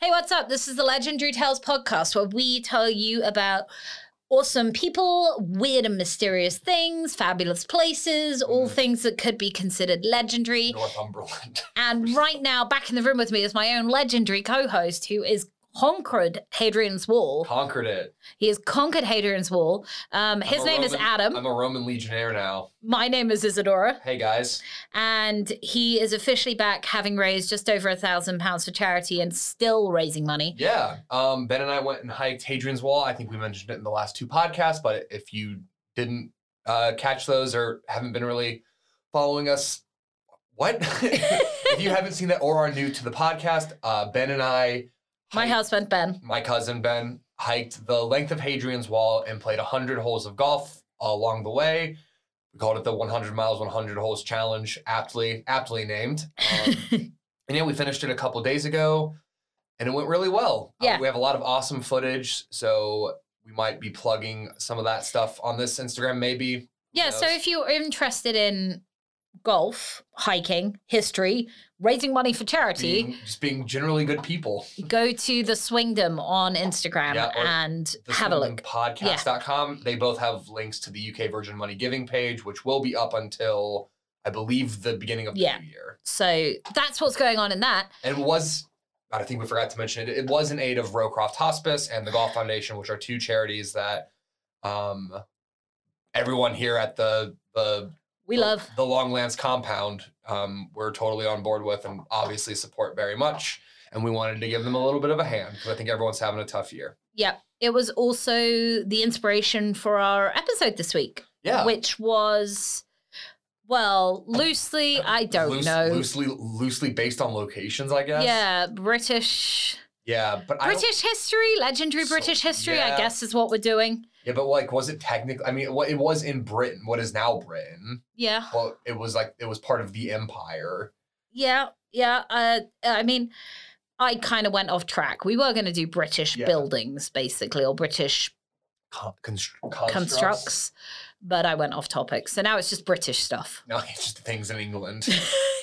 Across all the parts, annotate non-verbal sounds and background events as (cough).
Hey, what's up? This is the Legendary Tales podcast where we tell you about awesome people, weird and mysterious things, fabulous places, all Mm. things that could be considered legendary. Northumberland. (laughs) And right now, back in the room with me is my own legendary co host who is conquered Hadrian's Wall. Conquered it. He has conquered Hadrian's Wall. Um, his a name is Roman- Adam. I'm a Roman legionnaire now. my name is Isadora. Hey guys. And he is officially back, having raised just over a thousand pounds for charity and still raising money. Yeah. Um, ben and I went and hiked Hadrian's Wall. I think we mentioned it in the last two podcasts, but if you didn't uh, catch those or haven't been really following us, what? (laughs) if you haven't seen that or are new to the podcast, uh, Ben and I, My hiked- husband, Ben. my cousin Ben, hiked the length of Hadrian's Wall and played 100 holes of golf along the way. We called it the 100 miles, 100 holes challenge, aptly aptly named. Um, and yeah, we finished it a couple days ago, and it went really well. Uh, Yeah. we have a lot of awesome footage, so we might be plugging some of that stuff on this Instagram, maybe. Yeah, so knows? if you're interested in golf, hiking, history, raising money for charity, Being, just being generally good people. go to the Swingdom on Instagram Mm-hmm. Yeah, or and have a look. Podcast.com. They both have links to the UK Virgin Money Giving page, which will be up until I believe the beginning of the Yeah. new year. So that's what's going on in that. And it was, I think we forgot to mention it. It was in aid of Rowcroft Hospice and the Golf Foundation, which are two charities that um, everyone here at the the We the- love. the Longlands compound. Um, we're totally on board with and obviously support very much. And we wanted to give them a little bit of a hand because I think everyone's having a tough year. Yeah. It was also the inspiration for our episode this week, Yeah, which was, well, loosely, I don't Uh, Loose- know. Loosely, loosely based on locations, I guess. Yeah, British yeah, but I don't- British history, legendary So- British history, I yeah. guess is what we're doing. yeah, but like, was it technically? I mean, what it was in Britain, what is now Britain? Yeah. Well, it was like it was part of the empire. Yeah, yeah. Uh, I mean, I kind of went off track. We were going to do British Yeah. buildings, basically, or British Con- constr- constructs. constructs. but I went off topic. So now it's just British stuff, (laughs) No, (laughs) it's just things in England,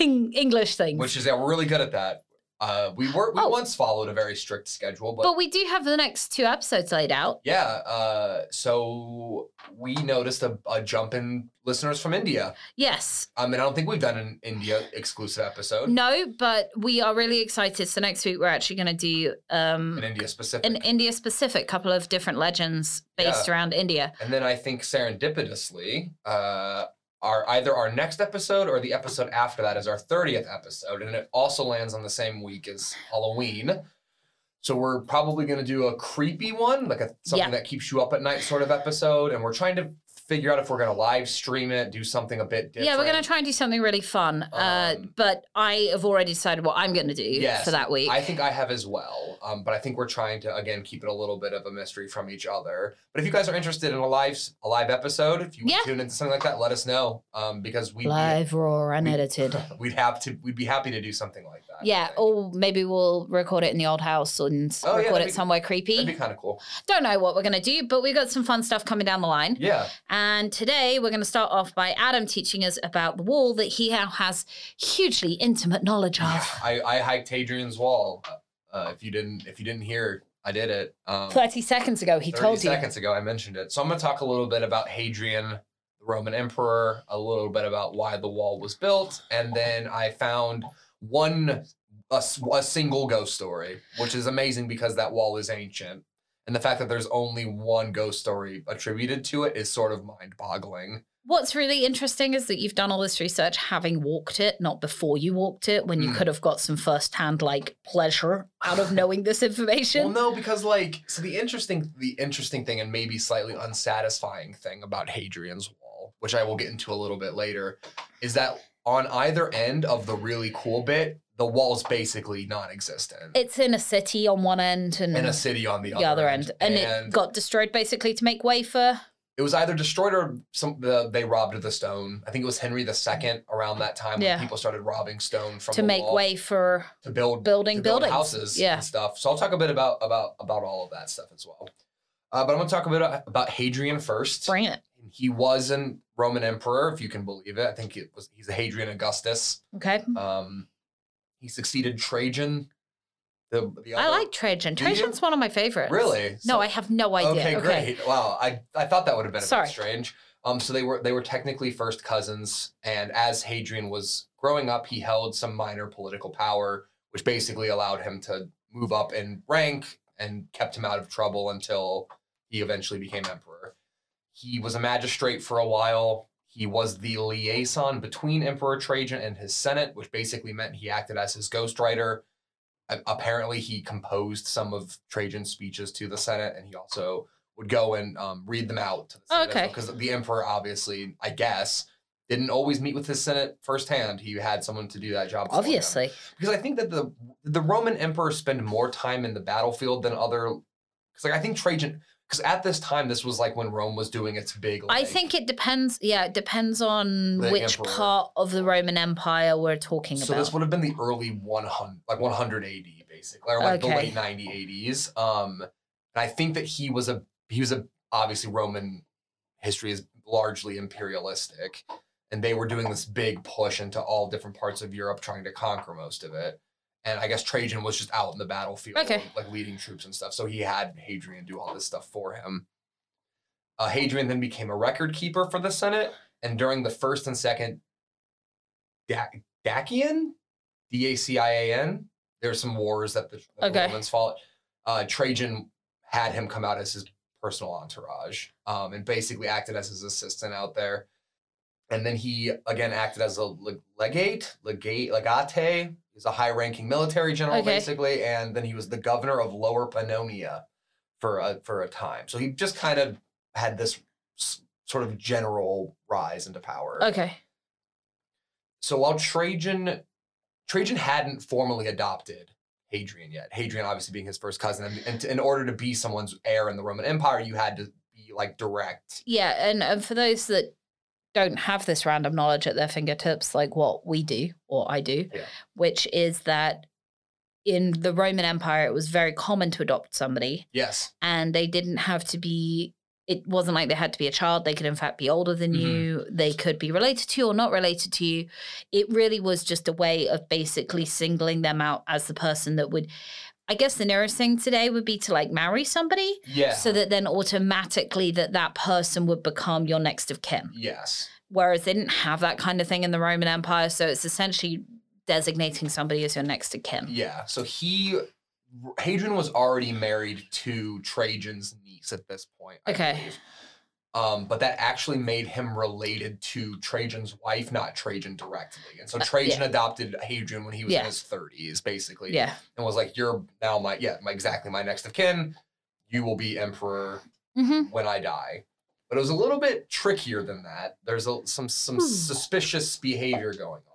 Eng- English things. which is yeah, we're really good at that. Uh, we were we Oh. once followed a very strict schedule, but we do have the next two episodes laid out. Yeah. Uh, so we noticed a, a jump in listeners from India. Yes. I mean, I don't think we've done an India exclusive episode, No, but we are really excited. So next week, we're actually going to do um, an India specific. an India specific couple of different legends based around India. and then I think serendipitously, uh, our either our next episode or the episode after that is our 30th episode. And it also lands on the same week as Halloween. So we're probably going to do a creepy one, like a something Yeah. that keeps you up at night sort of episode. And we're trying to figure out if we're going to live stream it, do something a bit different. Yeah, we're going to try and do something really fun. uh, Um, but I have already decided what I'm going to do Yes, for that week. I think I have as well. Um, but I think we're trying to again keep it a little bit of a mystery from each other. But if you guys are interested in a live a live episode, if you Yeah. tune into something like that, let us know. Um, because we Live, raw, (laughs) unedited. we'd have to we'd be happy to do something like that. I yeah, think. or maybe we'll record it in the old house and Oh, yeah, record it that'd be- somewhere creepy. that'd be kind of cool. Don't know what we're going to do, but we've got some fun stuff coming down the line. Yeah, And today we're going to start off by Adam teaching us about the wall that he now has hugely intimate knowledge of. I, I hiked Hadrian's Wall. Uh, if you didn't if you didn't hear, I did it. Um, 30 seconds ago, he 30 told seconds ago, I mentioned it. So I'm going to talk a little bit about Hadrian, the Roman emperor, a little bit about why the wall was built, and then I found one a, s- a single ghost story, which is amazing because that wall is ancient, and the fact that there's only one ghost story attributed to it is sort of mind-boggling. you. What's really interesting is that you've done all this research having walked it, not before you walked it, when you Mm. could have got some firsthand like pleasure out of knowing this information. Well, no, because like so the interesting the interesting thing and maybe slightly unsatisfying thing about Hadrian's Wall, which I will get into a little bit later, is that on either end of the really cool bit, the wall's basically non-existent. It's in a city on one end and and a city on the, the other end. And, it And got destroyed basically to make way for. it was either destroyed or some the, they robbed the stone. I think it was Henry II around that time Yeah. when people started robbing stone from to the make wall way for to build building to build buildings. houses Yeah. and stuff. So I'll talk a bit about about about all of that stuff as well. Uh, but I'm going to talk a bit about Hadrian first. Bring it. He was a Roman emperor, if you can believe it. I think it was Mm-hmm. he's a Hadrian Augustus. Okay. Um, he succeeded Trajan, The, the I other- like Trajan. Do you? Trajan's one of my favorites. Really? No, So- Oh, I have no idea. Okay, great. Wow, I, I thought that would have been a Sorry. bit strange. Um, so they were they were technically first cousins, and as Hadrian was growing up, he held some minor political power, which basically allowed him to move up in rank and kept him out of trouble until he eventually became emperor. He was a magistrate for a while. He was the liaison between Emperor Trajan and his Senate, which basically meant he acted as his ghostwriter a- apparently he composed some of Trajan's speeches to the Senate, and he also would go and um, read them out to the Oh, Senate. okay. Because the emperor, obviously, I guess, didn't always meet with his Senate firsthand. He had someone to do that job. for him. Obviously. Because I think that the the Roman emperor spend more time in the battlefield than other. Because like I think Trajan. Because at this time, this was like when Rome was doing its big. I like, think it depends. Yeah, it depends on The which emperor. part of the Roman Empire we're talking So about. this would have been the early 100, like 100 AD, basically, or like Okay. the late 90 80s. Um, and I think that he was a he was a obviously Roman history is largely imperialistic, and they were doing this big push into all different parts of Europe, trying to conquer most of it. And I guess Trajan was just out in the battlefield, Okay. like leading troops and stuff. So he had Hadrian do all this stuff for him. Uh, Hadrian then became a record keeper for the Senate, and during the first and second Da- Dacian, D A C I A N. There's some wars that the, that the Okay. Romans fought. Uh, Trajan had him come out as his personal entourage, um, and basically acted as his assistant out there. And then he again acted as a leg- legate, legate, legate. He's a high-ranking military general, Okay. basically, and then he was the governor of Lower Pannonia for a for a time. So he just kind of had this s- sort of general rise into power okay. so while Trajan Trajan hadn't formally adopted Hadrian yet, Hadrian obviously being his first cousin, and, and to- in order to be someone's heir in the Roman Empire, you had to be like direct. Yeah, and, and for those that don't have this random knowledge at their fingertips, like what we do or I do, Yeah. which is that in the Roman Empire, it was very common to adopt somebody, Yes, and they didn't have to be. It wasn't like they had to be a child. They could, in fact, be older than Mhm. you. They could be related to you or not related to you. It really was just a way of basically singling them out as the person that would. I guess the nearest thing today would be to like marry somebody yeah, so that then automatically that that person would become your next of kin yes, whereas they didn't have that kind of thing in the roman empire so it's essentially designating somebody as your next of kin yeah. So he Hadrian was already married to Trajan's niece at this point. I Okay. believe. Um, but that actually made him related to Trajan's wife, not Trajan directly. And so Uh, Trajan adopted Hadrian when he was Yeah. in his 30s, basically. yeah and was like, "You're now my yeah, my, exactly my next of kin. You will be emperor hmm when I die." But it was a little bit trickier than that. There's a, some some Hmm. suspicious behavior going on.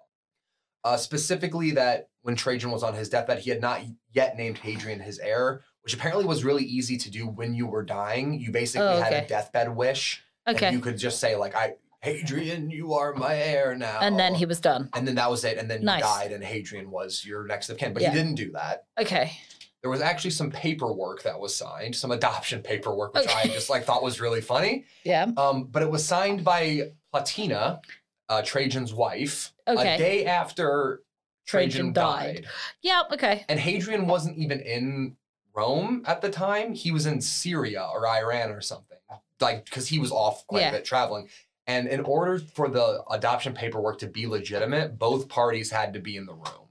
Uh, specifically, that when Trajan was on his deathbed, he had not yet named Hadrian his heir, which apparently was really easy to do when you were dying. You basically Oh, had okay. a deathbed wish, and okay you could just say like, "I Hadrian, you are my heir now." and then he was done and then that was it, and then Nice. you died, and Hadrian was your next of kin. But Yeah. he didn't do that okay there was actually some paperwork that was signed, some adoption paperwork, which I Okay. just like thought was really funny. yeah Um, but it was signed by Platina, uh, Trajan's wife, Okay. a day after Trajan Trajan, died. died. yeah okay And Hadrian wasn't even in Rome at the time. He was in Syria or Iran or something, like because he was off quite Yeah. a bit traveling. And in order for the adoption paperwork to be legitimate, both parties had to be in the room.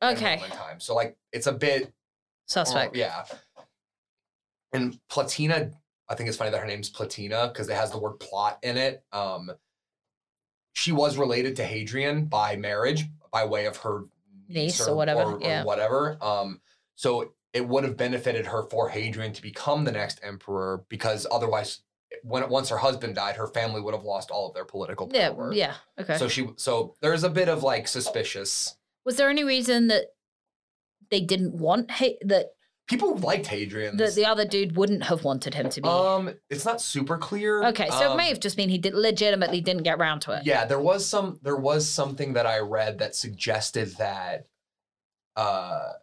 at okay Roman time. So like it's a bit suspect Oh, yeah. And Platina, I think it's funny that her name's Platina because it has the word plot in it. Um, she was related to Hadrian by marriage, by way of her Niece or whatever, yeah. whatever. Um, so it would have benefited her for Hadrian to become the next emperor because otherwise, when once her husband died, her family would have lost all of their political yeah power. yeah okay So she, so there's a bit of like suspicious. was there any reason that they didn't want ha- that People liked Hadrian. that the other dude wouldn't have wanted him to be Um, it's not super clear. okay so it Um, may have just been he did legitimately didn't get round to it Yeah, there was some. There was something that I read that suggested that, uh,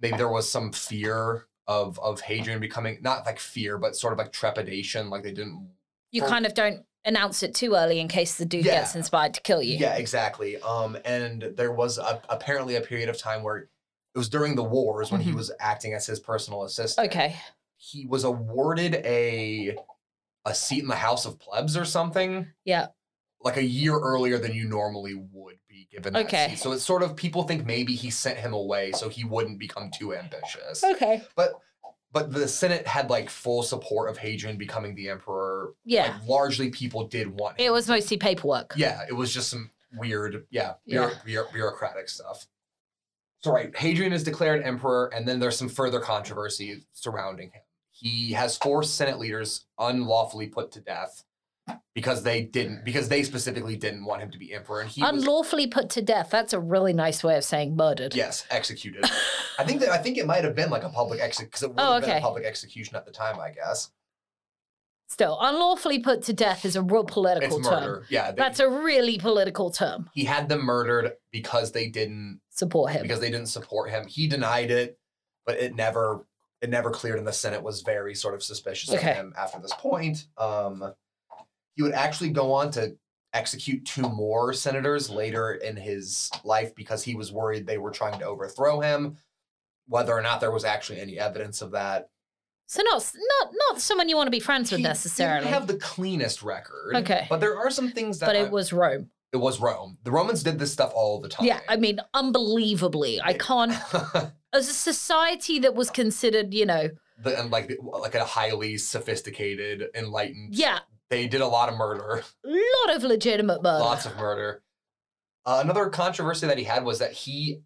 maybe there was some fear of of Hadrian becoming not like fear, but sort of like trepidation, like they didn't. you Or- kind of don't announce it too early in case the dude Yeah. gets inspired to kill you. Yeah, exactly. Um, and there was a, apparently a period of time where It was during the wars when he Mhm. was acting as his personal assistant. Okay. He was awarded a a seat in the House of Plebs or something. Yeah. Like a year earlier than you normally would be given. that Okay. seat. So it's sort of people think maybe he sent him away so he wouldn't become too ambitious. Okay. But the Senate had like full support of Hadrian becoming the emperor. Yeah. Like, largely people did want him. It was mostly paperwork. Yeah, it was just some weird, yeah, Yeah. bureau- bureau- bureaucratic stuff. So, right, Hadrian is declared emperor, and then there's some further controversy surrounding him. He has four Senate leaders unlawfully put to death because they didn't, because they specifically didn't want him to be emperor, and he was, Unlawfully put to death. That's a really nice way of saying murdered. yes, executed. (laughs) I think that I think it might have been like a public exec because it would Oh, have been a okay. public execution at the time, I guess. Still, unlawfully put to death is a real political it's term. murder. Yeah, they- That's a really political term. he had them murdered because they didn't Support him. because they didn't support him. He denied it, but it never it never cleared, and the Senate was very sort of suspicious Okay. of him after this point. Um, he would actually go on to execute two more senators later in his life because he was worried they were trying to overthrow him. Whether or not there was actually any evidence of that, so not not not someone you want to be friends with He necessarily. didn't have the cleanest record. Okay. but there are some things that but I- it was Rome. it was Rome. The Romans did this stuff all the time. Yeah, I mean, unbelievably. I can't (laughs) as a society that was considered, you know, the, and like like a highly sophisticated, enlightened yeah, they did a lot of (laughs) murder, lot of legitimate murder. lots of murder. Uh, another controversy that he had was that he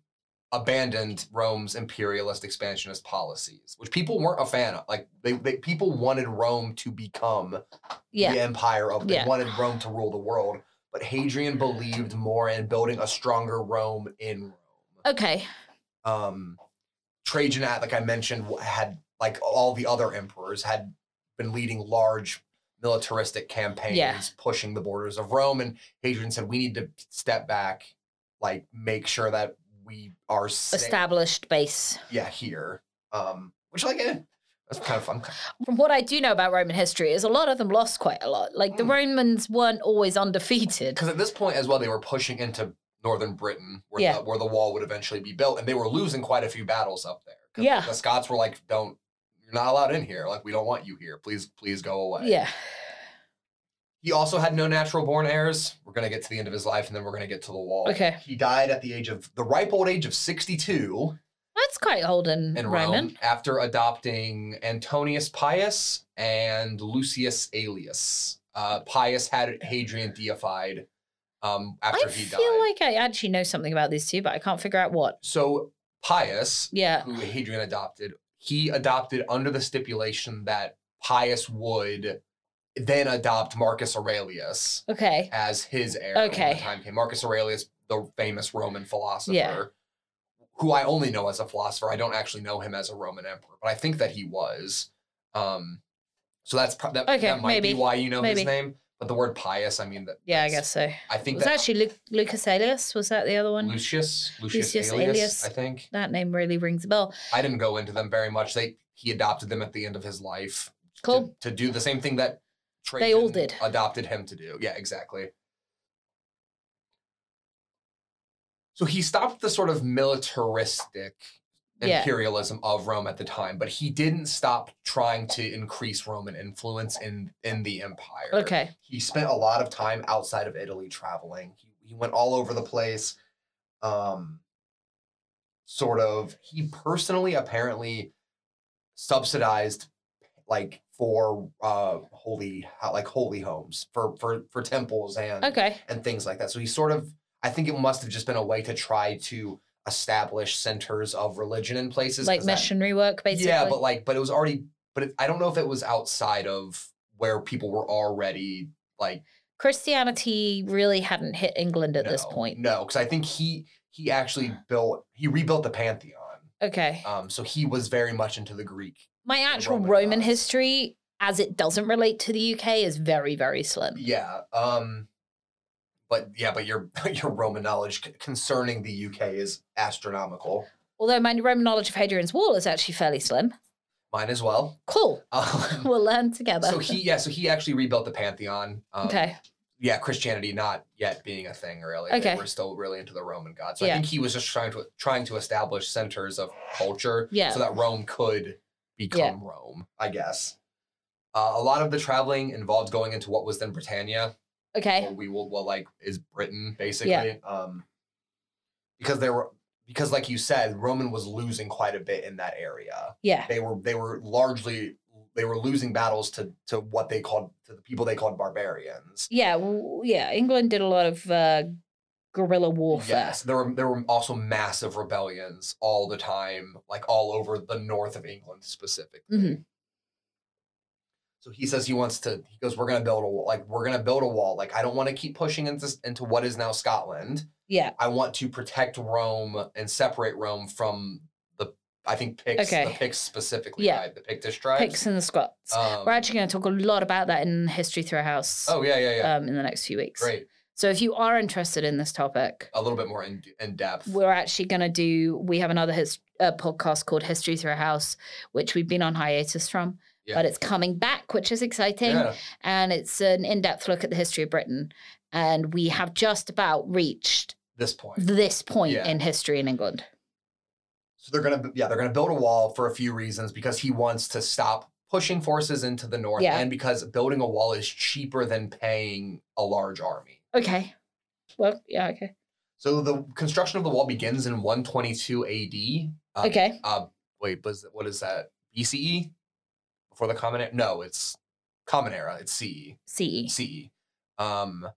abandoned Rome's imperialist expansionist policies, which people weren't a fan of. Like they, they people wanted Rome to become yeah. the empire of they Yeah. wanted Rome to rule the world, but Hadrian believed more in building a stronger Rome in Rome. Okay. Um, Trajan, like I mentioned, had like all the other emperors had been leading large militaristic campaigns Yeah. pushing the borders of Rome. And Hadrian said, we need to step back, like make sure that we are safe. Established base. yeah here. Um, which like eh, that's kind of fun. From what I do know about Roman history is a lot of them lost quite a lot. Like the Mm. Romans weren't always undefeated. Because at this point as well, they were pushing into northern Britain, where Yeah. the, where the wall would eventually be built, and they were losing quite a few battles up there. 'Cause Yeah. the Scots were like, don't. You're not allowed in here. Like, we don't want you here. Please, please go away. Yeah. He also had no natural born heirs. We're going to get to the end of his life and then we're going to get to the wall. Okay. He died at the age of the ripe old age of 62 That's quite old and in Roman. Rome after adopting Antonius Pius and Lucius Aelius. Uh, Pius had Hadrian deified um, after I he feel died. like I actually know something about these two, but I can't figure out what. so Pius, Yeah. who Hadrian adopted, he adopted under the stipulation that Pius would then adopt Marcus Aurelius. Okay. as his heir when Okay. the time came. Marcus Aurelius, the famous Roman philosopher, Yeah. who I only know as a philosopher. I don't actually know him as a Roman emperor, but I think that he was. Um, so that's pro- that, Okay, that might be maybe. why you know Maybe. his name. But the word pious, I mean, that, Yeah, I that's- guess so. I think Was that actually Lu- Lucas Aelius? Was that the other one? Lucius, Lucius, Lucius Aelius, Aelius. I think. that name really rings a bell. I didn't go into them very much. They he adopted them at the end of his life to- Cool. to, do the same thing that Trajan They all did. adopted him to do. Yeah, exactly. So he stopped the sort of militaristic Yeah. imperialism of Rome at the time, but he didn't stop trying to increase Roman influence in in the empire. Okay. He spent a lot of time outside of Italy traveling. He, he went all over the place. Um, sort of, he personally apparently subsidized like for uh holy ho- like holy homes for for for temples and Okay. and things like that. So he sort of, I think it must have just been a way to try to establish centers of religion in places Like 'cause that- missionary work, basically. yeah, but like, but it was already, but it, I don't know if it was outside of where people were already like Christianity really hadn't hit England at this no, point. No, because I think he (sighs) he actually built he rebuilt the Pantheon. Okay. Um, so he was very much into the Greek. My actual Roman Roman, gods. history, as it doesn't relate to the UK, is very, very slim. Yeah. Um, but yeah, but your (laughs) your Roman knowledge c- concerning the UK is astronomical. Although my Roman knowledge of Hadrian's Wall is actually fairly slim. Mine as well. (laughs) Cool. Um, We'll learn together. so he yeah, so he actually rebuilt the Pantheon. Um, okay. yeah, Christianity not yet being a thing really. Like, Okay. we're still really into the Roman gods. So Yeah. I think he was just trying to trying to establish centers of culture Yeah. so that Rome could Yeah. become Rome, I guess. Uh, a lot of the traveling involved going into what was then Britannia, Okay. or we will well like is Britain basically. Um because there were because like you said, Roman was losing quite a bit in that area Yeah. they were they were largely they were losing battles to to what they called to the people they called barbarians. Yeah. w- Yeah. England did a lot of uh, guerrilla warfare. Yes, there were there were also massive rebellions all the time, like all over the north of England specifically. Mhm. So he says he wants to. He goes, "We're gonna build a wall. Like we're gonna build a wall. Like I don't want to keep pushing into into what is now Scotland. Yeah. I want to protect Rome and separate Rome from the. I think Picts, the Okay. Picts specifically, Yeah. right? The Pictish tribes. Picts and the Scots. Um, We're actually going to talk a lot about that in History Through House Oh yeah, yeah, yeah. um, in the next few weeks. Great. So if you are interested in this topic, a little bit more in, in depth. we're actually going to do, we have another his, uh, podcast called History Through House, which we've been on hiatus from, Yeah. but it's coming back, which is exciting. yeah. And it's an in depth look at the history of Britain. And we have just about reached This point. this point Yeah. in history in England. So they're gonna yeah they're gonna build a wall for a few reasons because he wants to stop pushing forces into the north Yeah. and because building a wall is cheaper than paying a large army. Okay. Well, yeah, okay. So the construction of the wall begins in 122 A.D. Uh, Okay. Uh, wait, was what is that B.C.E. before the Common Era? No, it's Common Era. It's C.E. CE. C.E. Um,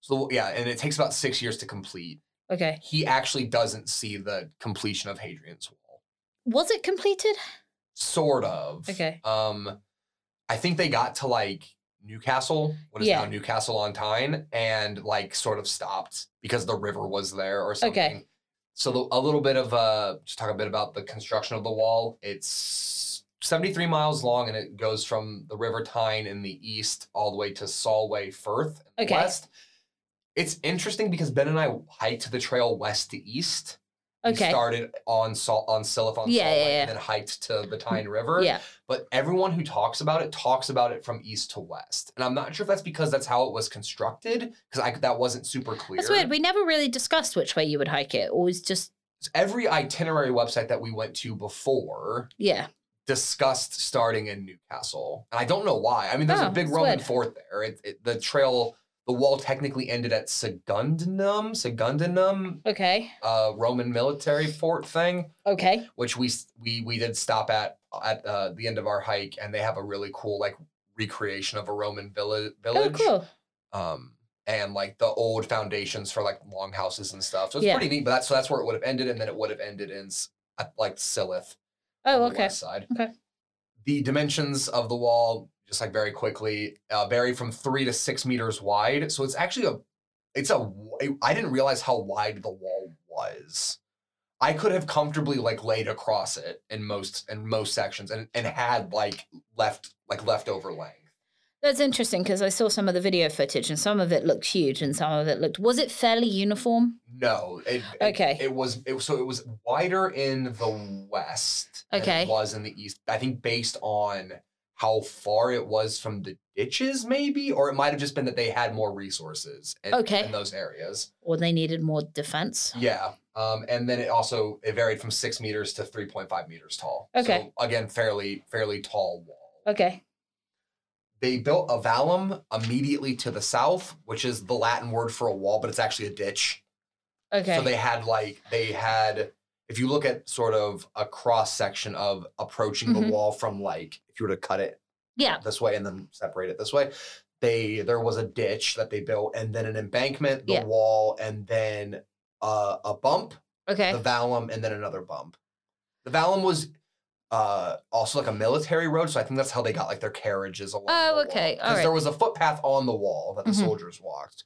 so yeah, and it takes about six years to complete. Okay. he actually doesn't see the completion of Hadrian's Wall. Was it completed? Sort of. Okay. Um, I think they got to like Newcastle, what is Yeah. now Newcastle on Tyne, and like sort of stopped because the river was there or something. Okay. So the, a little bit of uh, just talk a bit about the construction of the wall. It's 73 miles long and it goes from the River Tyne in the east all the way to Solway Firth in the Okay. west. It's interesting because Ben and I hiked the trail west to east. We Okay. started on Sol- on Silifon Yeah, Solway yeah, yeah. and then hiked to the Tyne River. Yeah. But everyone who talks about it talks about it from east to west. And I'm not sure if that's because that's how it was constructed, because I that wasn't super clear. That's weird. We never really discussed which way you would hike it. Always just, Every itinerary website that we went to before yeah. discussed starting in Newcastle. And I don't know why. I mean, there's Oh, a big that's Roman weird. fort there. It, it, the trail, the wall technically ended at Segundinum, Segundinum, Okay. uh, Roman military fort thing. Okay. which we s- we we did stop at at uh, the end of our hike, and they have a really cool like recreation of a Roman village. Oh, village cool. Um, and like the old foundations for like longhouses and stuff. So it's Yeah. pretty neat. But that's so that's where it would have ended, and then it would have ended in s- at, like Silith. Oh, on the okay. west side. Okay. The dimensions of the wall, just like very quickly, uh, vary from three to six meters wide. So it's actually a, it's a. w- I didn't realize how wide the wall was. I could have comfortably like laid across it in most in most sections and and had like left like leftover length. That's interesting because I saw some of the video footage and some of it looked huge and some of it looked. Was it fairly uniform? No, it, it- Okay. It, was it, was- so it was wider in the west. than Okay. it was in the east. I think based on how far it was from the ditches, maybe, or it might have just been that they had more resources. In, Okay. in those areas. Or they needed more defense? Yeah. Um, and then it also it varied from six meters to three point five meters tall. Okay. So again, fairly fairly tall wall. Okay. They built a vallum immediately to the south, which is the Latin word for a wall, but it's actually a ditch. Okay. So they had like they had if you look at sort of a cross section of approaching Mhm. the wall from like if you were to cut it yeah. this way and then separate it this way, they there was a ditch that they built and then an embankment, the Yeah. wall, and then uh, a bump, Okay. Oh, the vallum, and then another bump. The vallum was uh, also like a military road, so I think that's how they got like their carriages along. Oh, the wall. okay. All 'Cause right. there was a footpath on the wall that the Mhm. soldiers walked.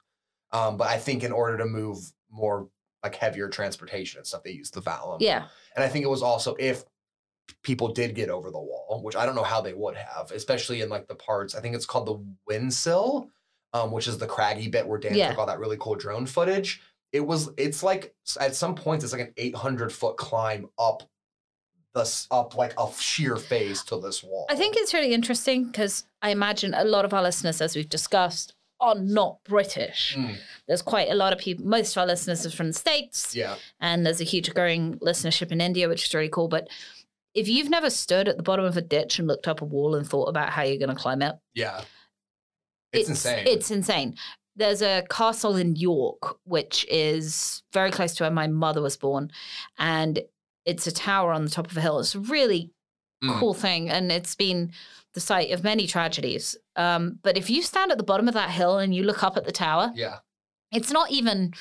Um, but I think in order to move more like heavier transportation and stuff, they used the vallum. yeah. And I think it was also if people did get over the wall, which I don't know how they would have, especially in like the parts. I think it's called the windsill, um, which is the craggy bit where Dan Yeah. took all that really cool drone footage. It was. It's like at some points, it's like an 800 foot climb up the s- up like a sheer face to this wall. I think it's really interesting because I imagine a lot of our listeners, as we've discussed, are not British. Mm. There's quite a lot of people, most of our listeners are from the States, Yeah. and there's a huge growing listenership in India, which is really cool. But if you've never stood at the bottom of a ditch and looked up a wall and thought about how you're going to climb it, Yeah. It's, insane. It's insane. There's a castle in York, which is very close to where my mother was born, and it's a tower on the top of a hill. It's a really Mm. cool thing, and it's been the site of many tragedies. Um, but if you stand at the bottom of that hill and you look up at the tower, yeah. it's not even,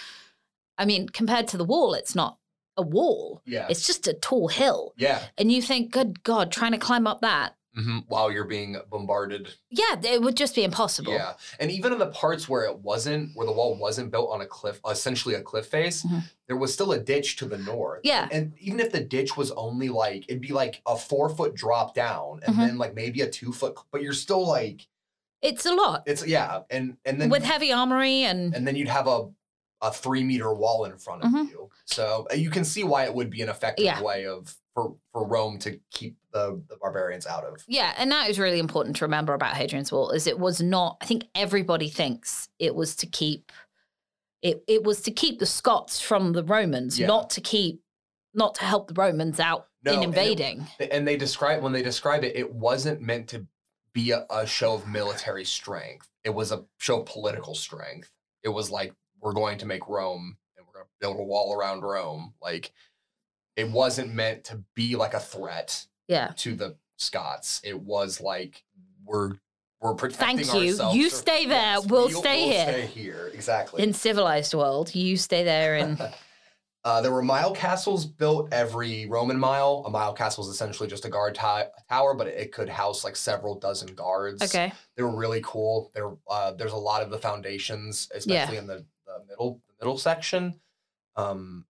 I mean, compared to the wall, it's not a wall. Yeah. It's just a tall hill. yeah. And you think, good God, trying to climb up that. hmm While you're being bombarded. Yeah, it would just be impossible. Yeah. And even in the parts where it wasn't, where the wall wasn't built on a cliff, essentially a cliff face, Mhm. there was still a ditch to the north. Yeah. And even if the ditch was only like, it'd be like a four foot drop down and Mhm. then like maybe a two foot, but you're still like, It's a lot. it's, yeah. And, and then, With heavy armory and and then you'd have a, a three meter wall in front of Mhm. you. So uh, you can see why it would be an effective Yeah. way of, for, for Rome to keep the, the barbarians out of. Yeah, and that is really important to remember about Hadrian's Wall is it was not. I think everybody thinks it was to keep it. It was to keep the Scots from the Romans, Yeah. not to keep, not to help the Romans out No, in and it- invading. They- and they describe when they describe it it wasn't meant to be a, a show of military strength it was a show of political strength it was like we're going to make rome and we're going to build a wall around rome like it wasn't meant to be like a threat yeah. to the scots it was like we're we're protecting Thank you. ourselves You from- stay there. We'll stay here. stay here exactly In civilized world, you stay there (laughs) and Uh, there were mile castles built every Roman mile. A mile castle is essentially just a guard ti- tower, but it could house like several dozen guards. okay, they were really cool. There, uh, there's a lot of the foundations, especially in the, the middle the middle section. Um,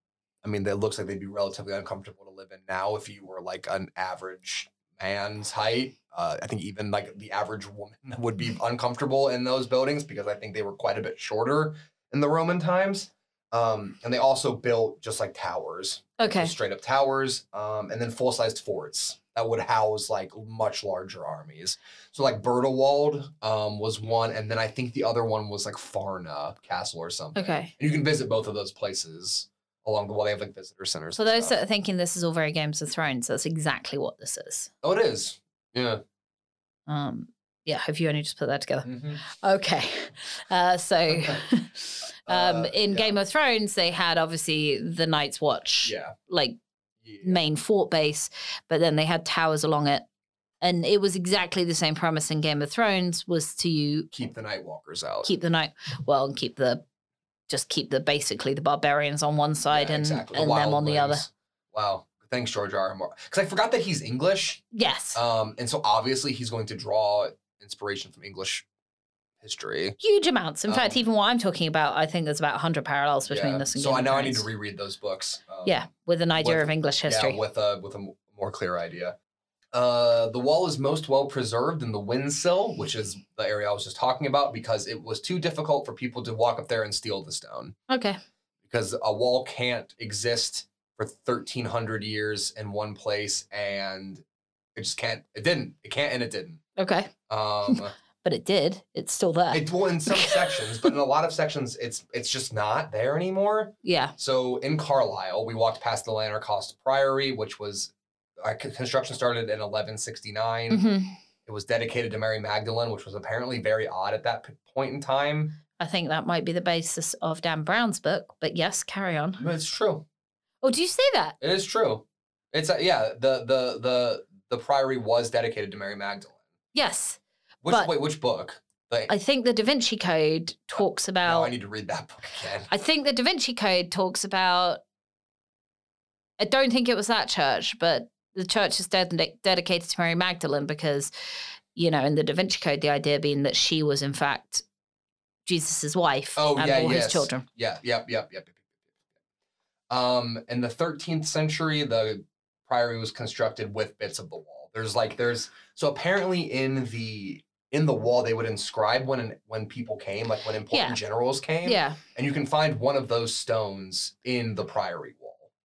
I mean, it looks like they'd be relatively uncomfortable to live in now if you were like an average man's height. Uh, I think even like the average woman (laughs) would be uncomfortable in those buildings because I think they were quite a bit shorter in the Roman times. Um, and they also built just like towers, just okay, straight up towers, um, and then full sized forts that would house like much larger armies. So like Bertewald um, was one, and then I think the other one was like Farna Castle or something. okay. And you can visit both of those places along the way. They have like visitor centers. So and those stuff. that are thinking this is all very Games of Thrones, that's exactly what this is. oh, it is. Yeah. Um, yeah, have you only just put that together? Mhm. Okay. (laughs) Uh, so (laughs) um, Uh, in yeah. Game of Thrones, they had obviously the Night's Watch, Yeah. like Yeah. main fort base, but then they had towers along it. And it was exactly the same premise in Game of Thrones was to Keep the Nightwalkers out. keep the night Mm-hmm. well and keep the just keep the basically the barbarians on one Yeah, side and, exactly. and them on the other. wildlings. Wow. Thanks, George R. R. Martin. Because I forgot that he's English. Yes. Um, and so obviously he's going to draw inspiration from English history. Huge amounts. In fact, um, even what I'm talking about, I think there's about 100 parallels between Yeah. this and so Game I of now I Thrones. need to reread those books. um, Yeah, with an idea with- of English history. Yeah, with a with a m- more clear idea. Uh, the wall is most well preserved in the windsill, which is the area I was just talking about, because it was too difficult for people to walk up there and steal the stone. okay. Because a wall can't exist for thirteen hundred years in one place, and it just can't. It didn't. It can't, and it didn't. Okay. Um, But it did. It's still there. it well in some sections, but in a lot of sections, it's it's just not there anymore. yeah. So in Carlisle, we walked past the Lanarcost Priory, which was uh, c- construction started in 1169. hmm It was dedicated to Mary Magdalene, which was apparently very odd at that p- point in time. I think that might be the basis of Dan Brown's book, but yes, carry on. But it's true. Oh, do you say that? It is true. It's uh, yeah. The the the the priory was dedicated to Mary Magdalene. Yes. Which But- wait, which book? Like, I think the Da Vinci Code talks now about. I need to read that book again. I think the Da Vinci Code talks about. I don't think it was that church, but the church is ded- dedicated to Mary Magdalene because, you know, in the Da Vinci Code, the idea being that she was, in fact, Jesus' wife Oh, and yeah, all yes. his children. Yeah, yep, yep, yep, yep, yep. Um, in the 13th century, the priory was constructed with bits of the wall. There's like there's so apparently in the in the wall they would inscribe when when people came, like when important Yeah. generals came. Yeah. And you can find one of those stones in the priory wall.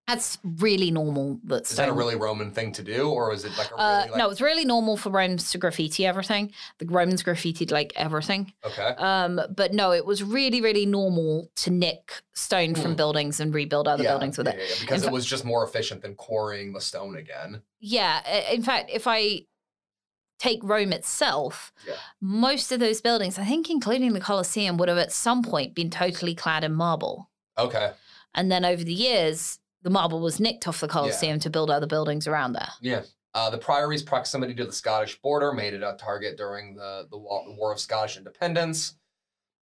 That's really normal. That Is stone that a really Roman thing to do, or is it like a really Uh, like, no, it's really normal for Romans to graffiti everything. The Romans graffitied like everything. Okay, Um, but no, it was really, really normal to nick stone from Hmm. buildings and rebuild other Yeah, buildings with yeah, it. yeah, yeah, because In it was just more efficient than quarrying the stone again. Yeah. i- In fact, if I take Rome itself, Yeah. most of those buildings, I think including the Colosseum, would have at some point been totally clad in marble. Okay, And then over the years, the marble was nicked off the Colosseum to build other buildings around there. yeah. Uh, the priory's proximity to the Scottish border made it a target during the the wa- War of Scottish Independence.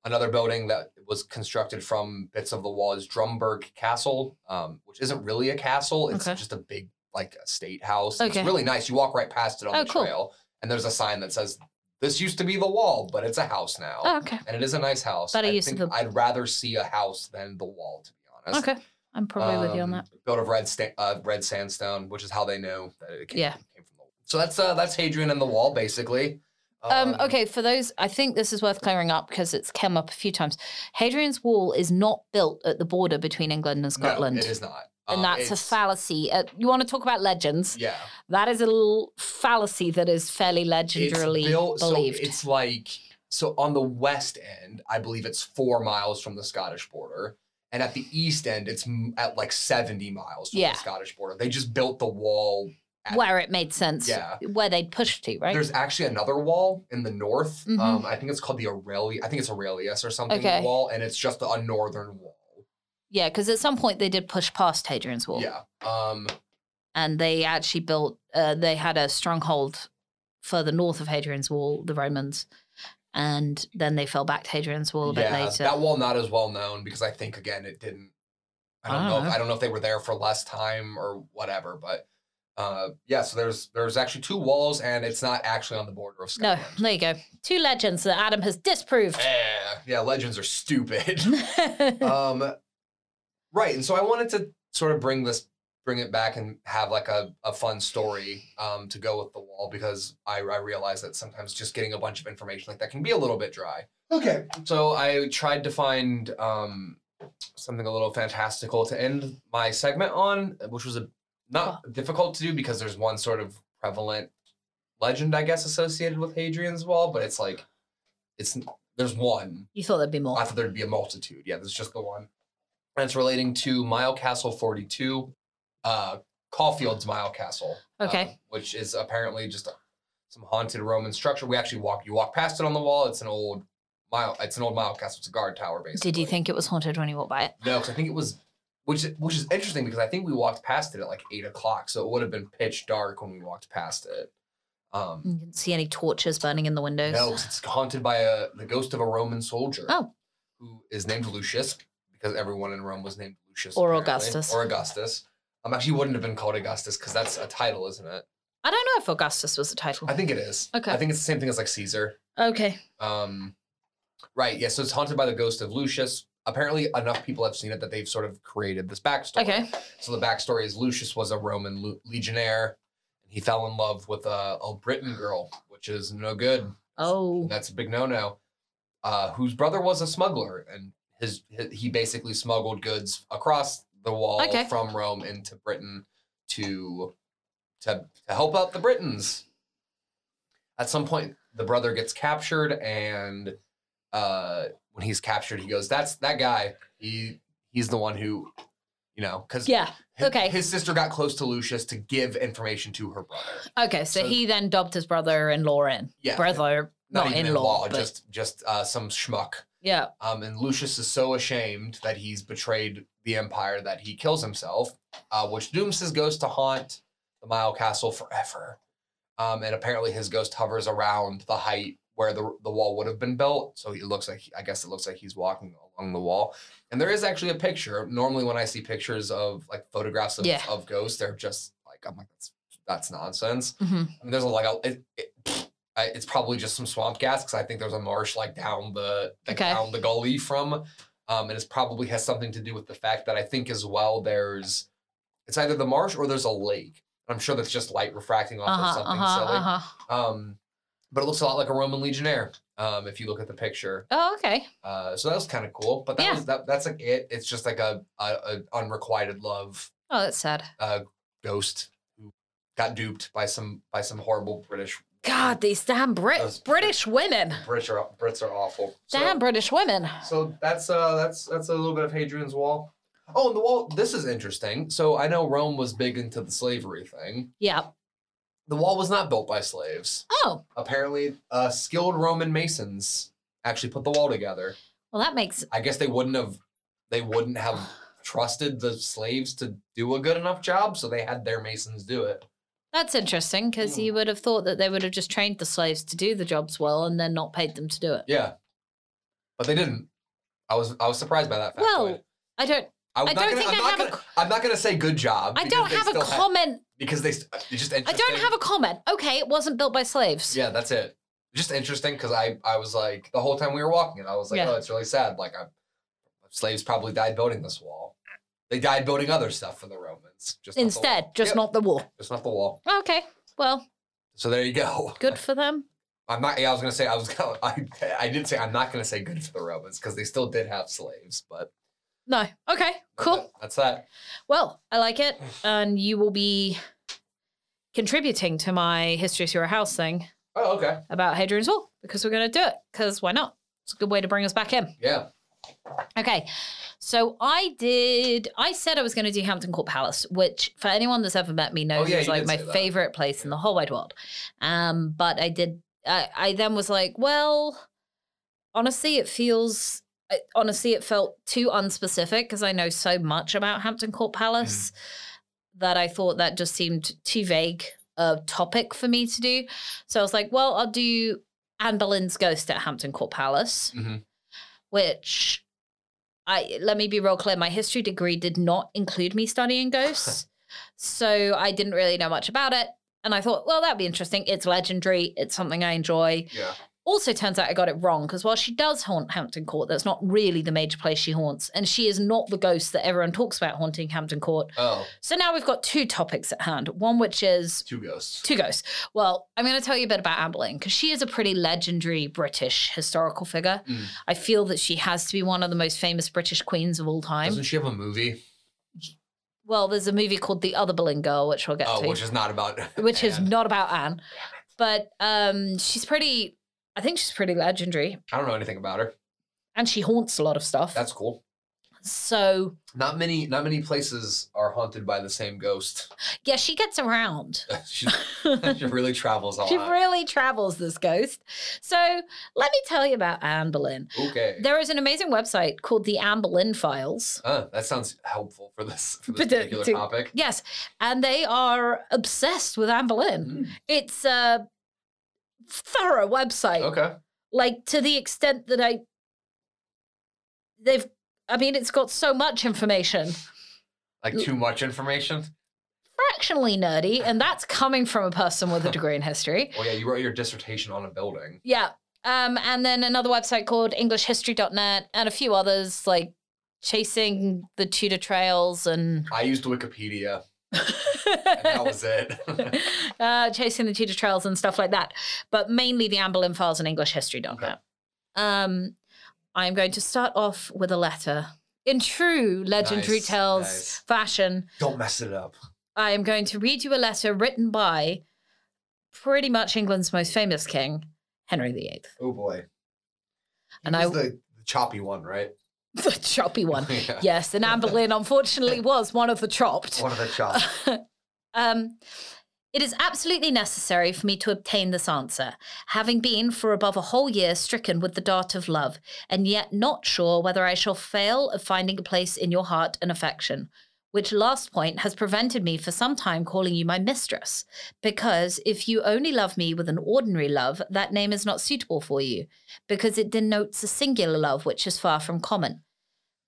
Another building that was constructed from bits of the wall is Drumburg Castle, um, which isn't really a castle; it's Okay. just a big like estate house. Okay. It's really nice. You walk right past it on Oh, the cool. trail, and there's a sign that says, "This used to be the wall, but it's a house now." Oh, okay. and it is a nice house. Better I use of think the- I'd rather see a house than the wall, to be honest. Okay. I'm probably with you on Um, that. Built of red sta- uh, red sandstone, which is how they know that it came, Yeah. came from the wall. So that's uh, that's Hadrian and the wall, basically. Um, okay, for those, I think this is worth clearing up because it's come up a few times. Hadrian's Wall is not built at the border between England and no, Scotland. it is not, and Um, that's a it's- fallacy. Uh, you want to talk about legends? Yeah, That is a little fallacy that is fairly it's legendarily built. believed. So it's like so on the west end, I believe it's four miles from the Scottish border. And at the east end, it's m- at like 70 miles from Yeah. the Scottish border. They just built the wall. at- where it made sense, Yeah. where they'd pushed to, right? There's actually another wall in the north. Mhm. Um, I think it's called the Aurelius. I think it's Aurelius or something Okay. wall, and it's just a northern wall. yeah, because at some point they did push past Hadrian's Wall, Yeah. Um, and they actually built. Uh, they had a stronghold further north of Hadrian's Wall, the Romans, and then they fell back to Hadrian's Wall a bit yeah, later. that wall not as well known because I think again it didn't. I don't, I know. don't If, know. I don't know if they were there for less time or whatever, but uh, yeah. So there's there's actually two walls, and it's not actually on the border of no, Scotland. there you go. Two legends that Adam has disproved. Yeah, Eh, yeah. Legends are stupid. (laughs) (laughs) um, right. And so I wanted to sort of bring this, bring it back and have like a, a fun story um, to go with the wall because I, I realized that sometimes just getting a bunch of information like that can be a little bit dry. Okay. So I tried to find um, something a little fantastical to end my segment on, which was a, not difficult to do because there's one sort of prevalent legend, I guess, associated with Hadrian's Wall, but it's like, it's there's one you thought there'd be more. I thought there'd be a multitude. Yeah, there's just the one. And it's relating to Mile Castle 42, uh, Caulfield's Mile Castle. uh, Okay. which is apparently just a, some haunted Roman structure. We actually walk, you walk past it on the wall. It's an old mile, it's an old mile castle. It's a guard tower, basically. Did you think it was haunted when you walked by it? No, because I think it was, which, which is interesting because I think we walked past it at like eight o'clock. So it would have been pitch dark when we walked past it. Um, You didn't see any torches burning in the windows. no, 'cause it's haunted by a, the ghost of a Roman soldier. Oh. Who is named Lucius, because everyone in Rome was named Lucius. Or apparently, Augustus. Or Augustus. Um, actually, he wouldn't have been called Augustus because that's a title, isn't it? I don't know if Augustus was the title. I think it is. Okay. I think it's the same thing as like Caesar. okay. Um, right. Yeah. So it's haunted by the ghost of Lucius. Apparently, enough people have seen it that they've sort of created this backstory. Okay. So the backstory is Lucius was a Roman lu- legionnaire, and he fell in love with a, a Briton girl, which is no good. Oh. That's a big no-no. Uh, whose brother was a smuggler, and his, his he basically smuggled goods across the wall Okay. from Rome into Britain to to to help out the Britons. At some point, the brother gets captured, and uh, when he's captured, he goes, "That's that guy. He he's the one who, you know, because Yeah. okay. his sister got close to Lucius to give information to her brother. Okay. So, So- he then dubbed his brother-in-law in. Yeah, Brother, not, not even in in-law, law, but- just just uh, some schmuck." yeah. Um, and Lucius is so ashamed that he's betrayed the Empire that he kills himself, uh, which dooms his ghost to haunt the Mile Castle forever. Um, and apparently, his ghost hovers around the height where the, the wall would have been built. So he looks like, I guess it looks like he's walking along the wall. And there is actually a picture. Normally, when I see pictures of like photographs of, Yeah. of ghosts, they're just like, I'm like, that's, that's nonsense. hmm I mean, there's a like a, it, it, pfft, I, it's probably just some swamp gas because I think there's a marsh like down the like, Okay. down the gully from, um, and it's probably has something to do with the fact that I think as well there's it's either the marsh or there's a lake. I'm sure that's just light refracting off of Uh-huh, something uh-huh, silly. uh-huh. Um, but it looks a lot like a Roman legionnaire. Um, if you look at the picture, Oh, okay. uh, so that was kind of cool. But that Yeah. was that, that's like it. It's just like a, a, a unrequited love Oh, that's sad. uh, ghost who got duped by some by some horrible British. God, these damn Brit- Those- British women. Brits are Brits are awful. So- Damn British women. So that's uh that's that's a little bit of Hadrian's Wall. Oh, and the wall. This is interesting. So I know Rome was big into the slavery thing. Yeah. The wall was not built by slaves. Oh, Apparently, uh, skilled Roman masons actually put the wall together. well, that makes I guess they wouldn't have they wouldn't have trusted the slaves to do a good enough job, so they had their masons do it. that's interesting because Hmm. you would have thought that they would have just trained the slaves to do the jobs well and then not paid them to do it. Yeah, but they didn't. I was I was surprised by that. Fact. Well, I don't. I'm I not don't gonna- think I'm I not have a gonna- I'm not going to say good job. I because don't they have a still had- comment. because they st- it's just I interesting. don't have a comment. Okay, it wasn't built by slaves. Yeah, that's it. Just interesting because I I was like the whole time we were walking, I was like, Yeah. oh, it's really sad. Like, i slaves probably died building this wall. They died building other stuff for the Romans. Just not the wall. Instead, just Yep. not the war. just not the wall. Okay. Well, So there you go. (laughs) good for them. I'm not. Yeah, I was gonna say I was. Gonna, (laughs) I I did say I'm not gonna say good for the Romans because they still did have slaves, but No. Okay. Cool. That's that. Well, I like it. And you will be contributing to my History of Your House thing Oh, okay. about Hadrian's Wall because we're going to do it because why not? It's a good way to bring us back in. Yeah. Okay. So I did, I said I was going to do Hampton Court Palace, which for anyone that's ever met me knows Oh, yeah, is you like did my say that. favorite place in the whole wide world. Um, but I did, I, I then was like, well, honestly, it feels, I, honestly, it felt too unspecific because I know so much about Hampton Court Palace that I thought that just seemed too vague a topic for me to do. So I was like, well, I'll do Anne Boleyn's ghost at Hampton Court Palace, Mhm. which I let me be real clear. My history degree did not include me studying ghosts, so I didn't really know much about it. And I thought, well, that'd be interesting. It's legendary. It's something I enjoy. Yeah. Also, turns out I got it wrong because while she does haunt Hampton Court, that's not really the major place she haunts, and she is not the ghost that everyone talks about haunting Hampton Court. Oh, So now we've got two topics at hand. One which is two ghosts. Two ghosts. Well, I'm going to tell you a bit about Anne Boleyn because she is a pretty legendary British historical figure. Mm. I feel that she has to be one of the most famous British queens of all time. Doesn't she have a movie? well, there's a movie called The Other Boleyn Girl, which we'll get Oh, to, which which, is not about. is Anne. not about Anne. But um, she's pretty, I think she's pretty legendary (laughs) I don't know anything about her. and she haunts a lot of stuff. That's cool. so, Not many, not many places are haunted by the same ghost. (laughs) yeah, she gets around. (laughs) she, (laughs) she really travels a she lot. really travels, this ghost. So, let me tell you about Anne Boleyn. okay. There is an amazing website called the Anne Boleyn Files. Uh, that sounds helpful for this, for this But the- particular to- topic. Yes, and they are obsessed with Anne Boleyn. Mm, It's a thorough website, okay. like to the extent that I, they've, I mean, it's got so much information, Like too much information. fractionally nerdy, and that's coming from a person with a degree in history. Well, Oh, yeah, you wrote your dissertation on a building. Yeah. Um, and then another website called EnglishHistory.net and a few others like chasing the Tudor trails and I used Wikipedia, and that was it. (laughs) (laughs) uh, chasing the Tudor trails and stuff like that, but mainly the Anne Boleyn files and EnglishHistory.net. Okay. Um, I'm going to start off with a letter. In true legendary Nice, tales nice. fashion, Don't mess it up. I am going to read you a letter written by pretty much England's most famous king, Henry VIII, Oh boy. And And I- I the, the choppy one, right? (laughs) the choppy one. (laughs) yeah. Yes, and Anne Boleyn unfortunately was one of the chopped. One of (laughs) the chopped. Um, it is absolutely necessary for me to obtain this answer, having been for above a whole year stricken with the dart of love, and yet not sure whether I shall fail of finding a place in your heart and affection. Which last point has prevented me for some time calling you my mistress, because if you only love me with an ordinary love, that name is not suitable for you, because it denotes a singular love which is far from common.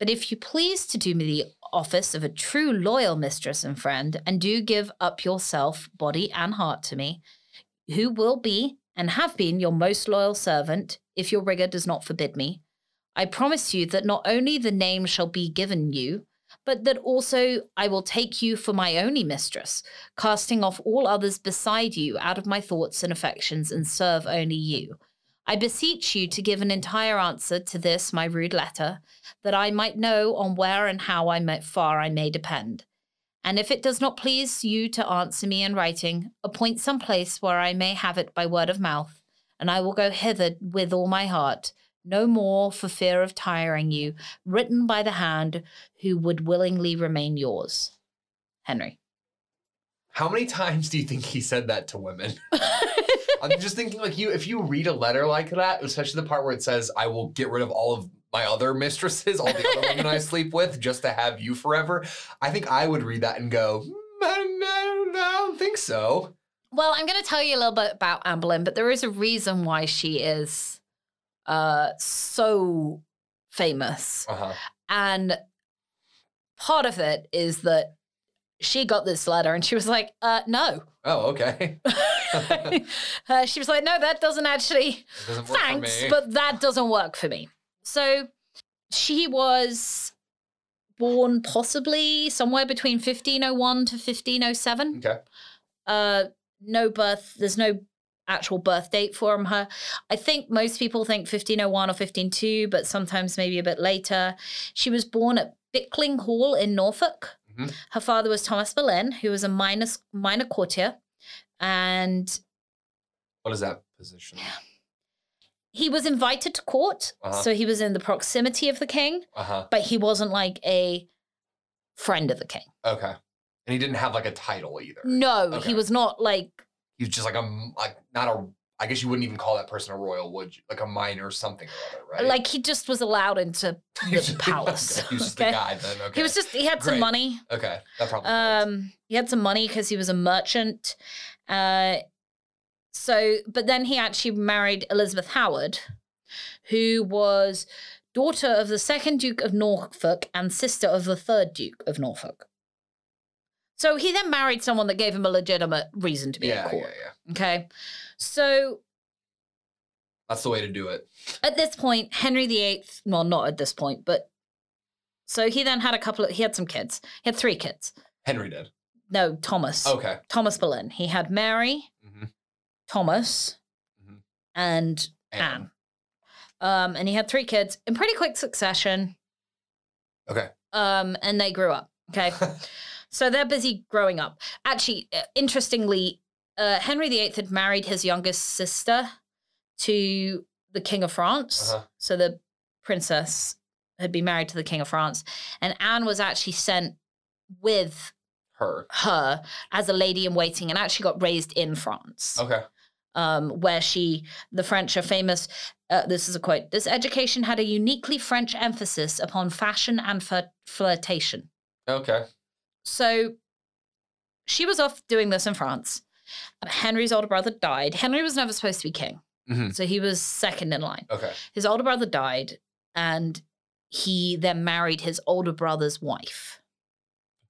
But if you please to do me the office of a true loyal mistress and friend, and do give up yourself, body and heart, to me, who will be and have been your most loyal servant, if your rigour does not forbid me, I promise you that not only the name shall be given you, but that also I will take you for my only mistress, casting off all others beside you out of my thoughts and affections, and serve only you. I beseech you to give an entire answer to this my rude letter, that I might know on where and how I might far I may depend. And if it does not please you to answer me in writing, appoint some place where I may have it by word of mouth, and I will go hither with all my heart, no more for fear of tiring you, written by the hand who would willingly remain yours. Henry. (laughs) How many times do you think he said that to women? I'm just thinking like you if you read a letter like that, especially the part where it says, I will get rid of all of my other mistresses, all the other (laughs) women I sleep with, just to have you forever. I think I would read that and go, "Mm, I don't, I don't- I don't think so. Well, I'm going to tell you a little bit about Anne Boleyn, but there is a reason why she is uh, so famous. Uh-huh. And part of it is that she got this letter and she was like, uh, (laughs) no. (laughs) Oh, okay. uh, she was like, no, that doesn't actually, It doesn't work thanks, for me. but that doesn't work for me. So she was born possibly somewhere between 1501 to 1507 okay. uh no birth there's no actual birth date for him her i think most people think 1501 or 152 but sometimes maybe a bit later she was born at bickling hall in norfolk Mhm. her father was thomas boleyn who was a minor minor courtier and What is that position? he was invited to court Uh-huh. so he was in the proximity of the king Uh-huh. but he wasn't like a friend of the king Okay. And he didn't have like a title either. no Okay. he was not like He was just like a m- like not a I guess you wouldn't even call that person a royal, would you? Like a minor or something or other, right? like he just was allowed into (laughs) He was the just- okay, palace, He was just okay? a guy then. Okay. he was just he had some Great. money okay. That probably helped. Um, he had some money because he was a merchant. Uh, so, but then he actually married Elizabeth Howard, who was daughter of the second Duke of Norfolk and sister of the third Duke of Norfolk. So he then married someone that gave him a legitimate reason to be yeah, at yeah, court. yeah. Okay. So That's the way to do it. at this point, Henry VIII, well, not at this point, but so he then had a couple of, he had some kids. He had three kids. Henry did. No, Thomas. Okay. Thomas Boleyn. He had Mary, Mm-hmm. Thomas, Mhm. and Anne. Um, and he had three kids in pretty quick succession. Okay. Um, and they grew up. (laughs) Okay. so they're busy growing up. Actually, uh, interestingly, uh, Henry VIII had married his youngest sister to the King of France. Uh-huh. So the princess had been married to the King of France. And Anne was actually sent with Her. her as a lady in waiting and actually got raised in France Okay. um, where she, the French are famous. Uh, this is a quote. This education had a uniquely French emphasis upon fashion and fir- flirtation. Okay. So she was off doing this in France. Henry's older brother died. Henry was never supposed to be king. Mhm. So he was second in line. Okay. His older brother died, and he then married his older brother's wife.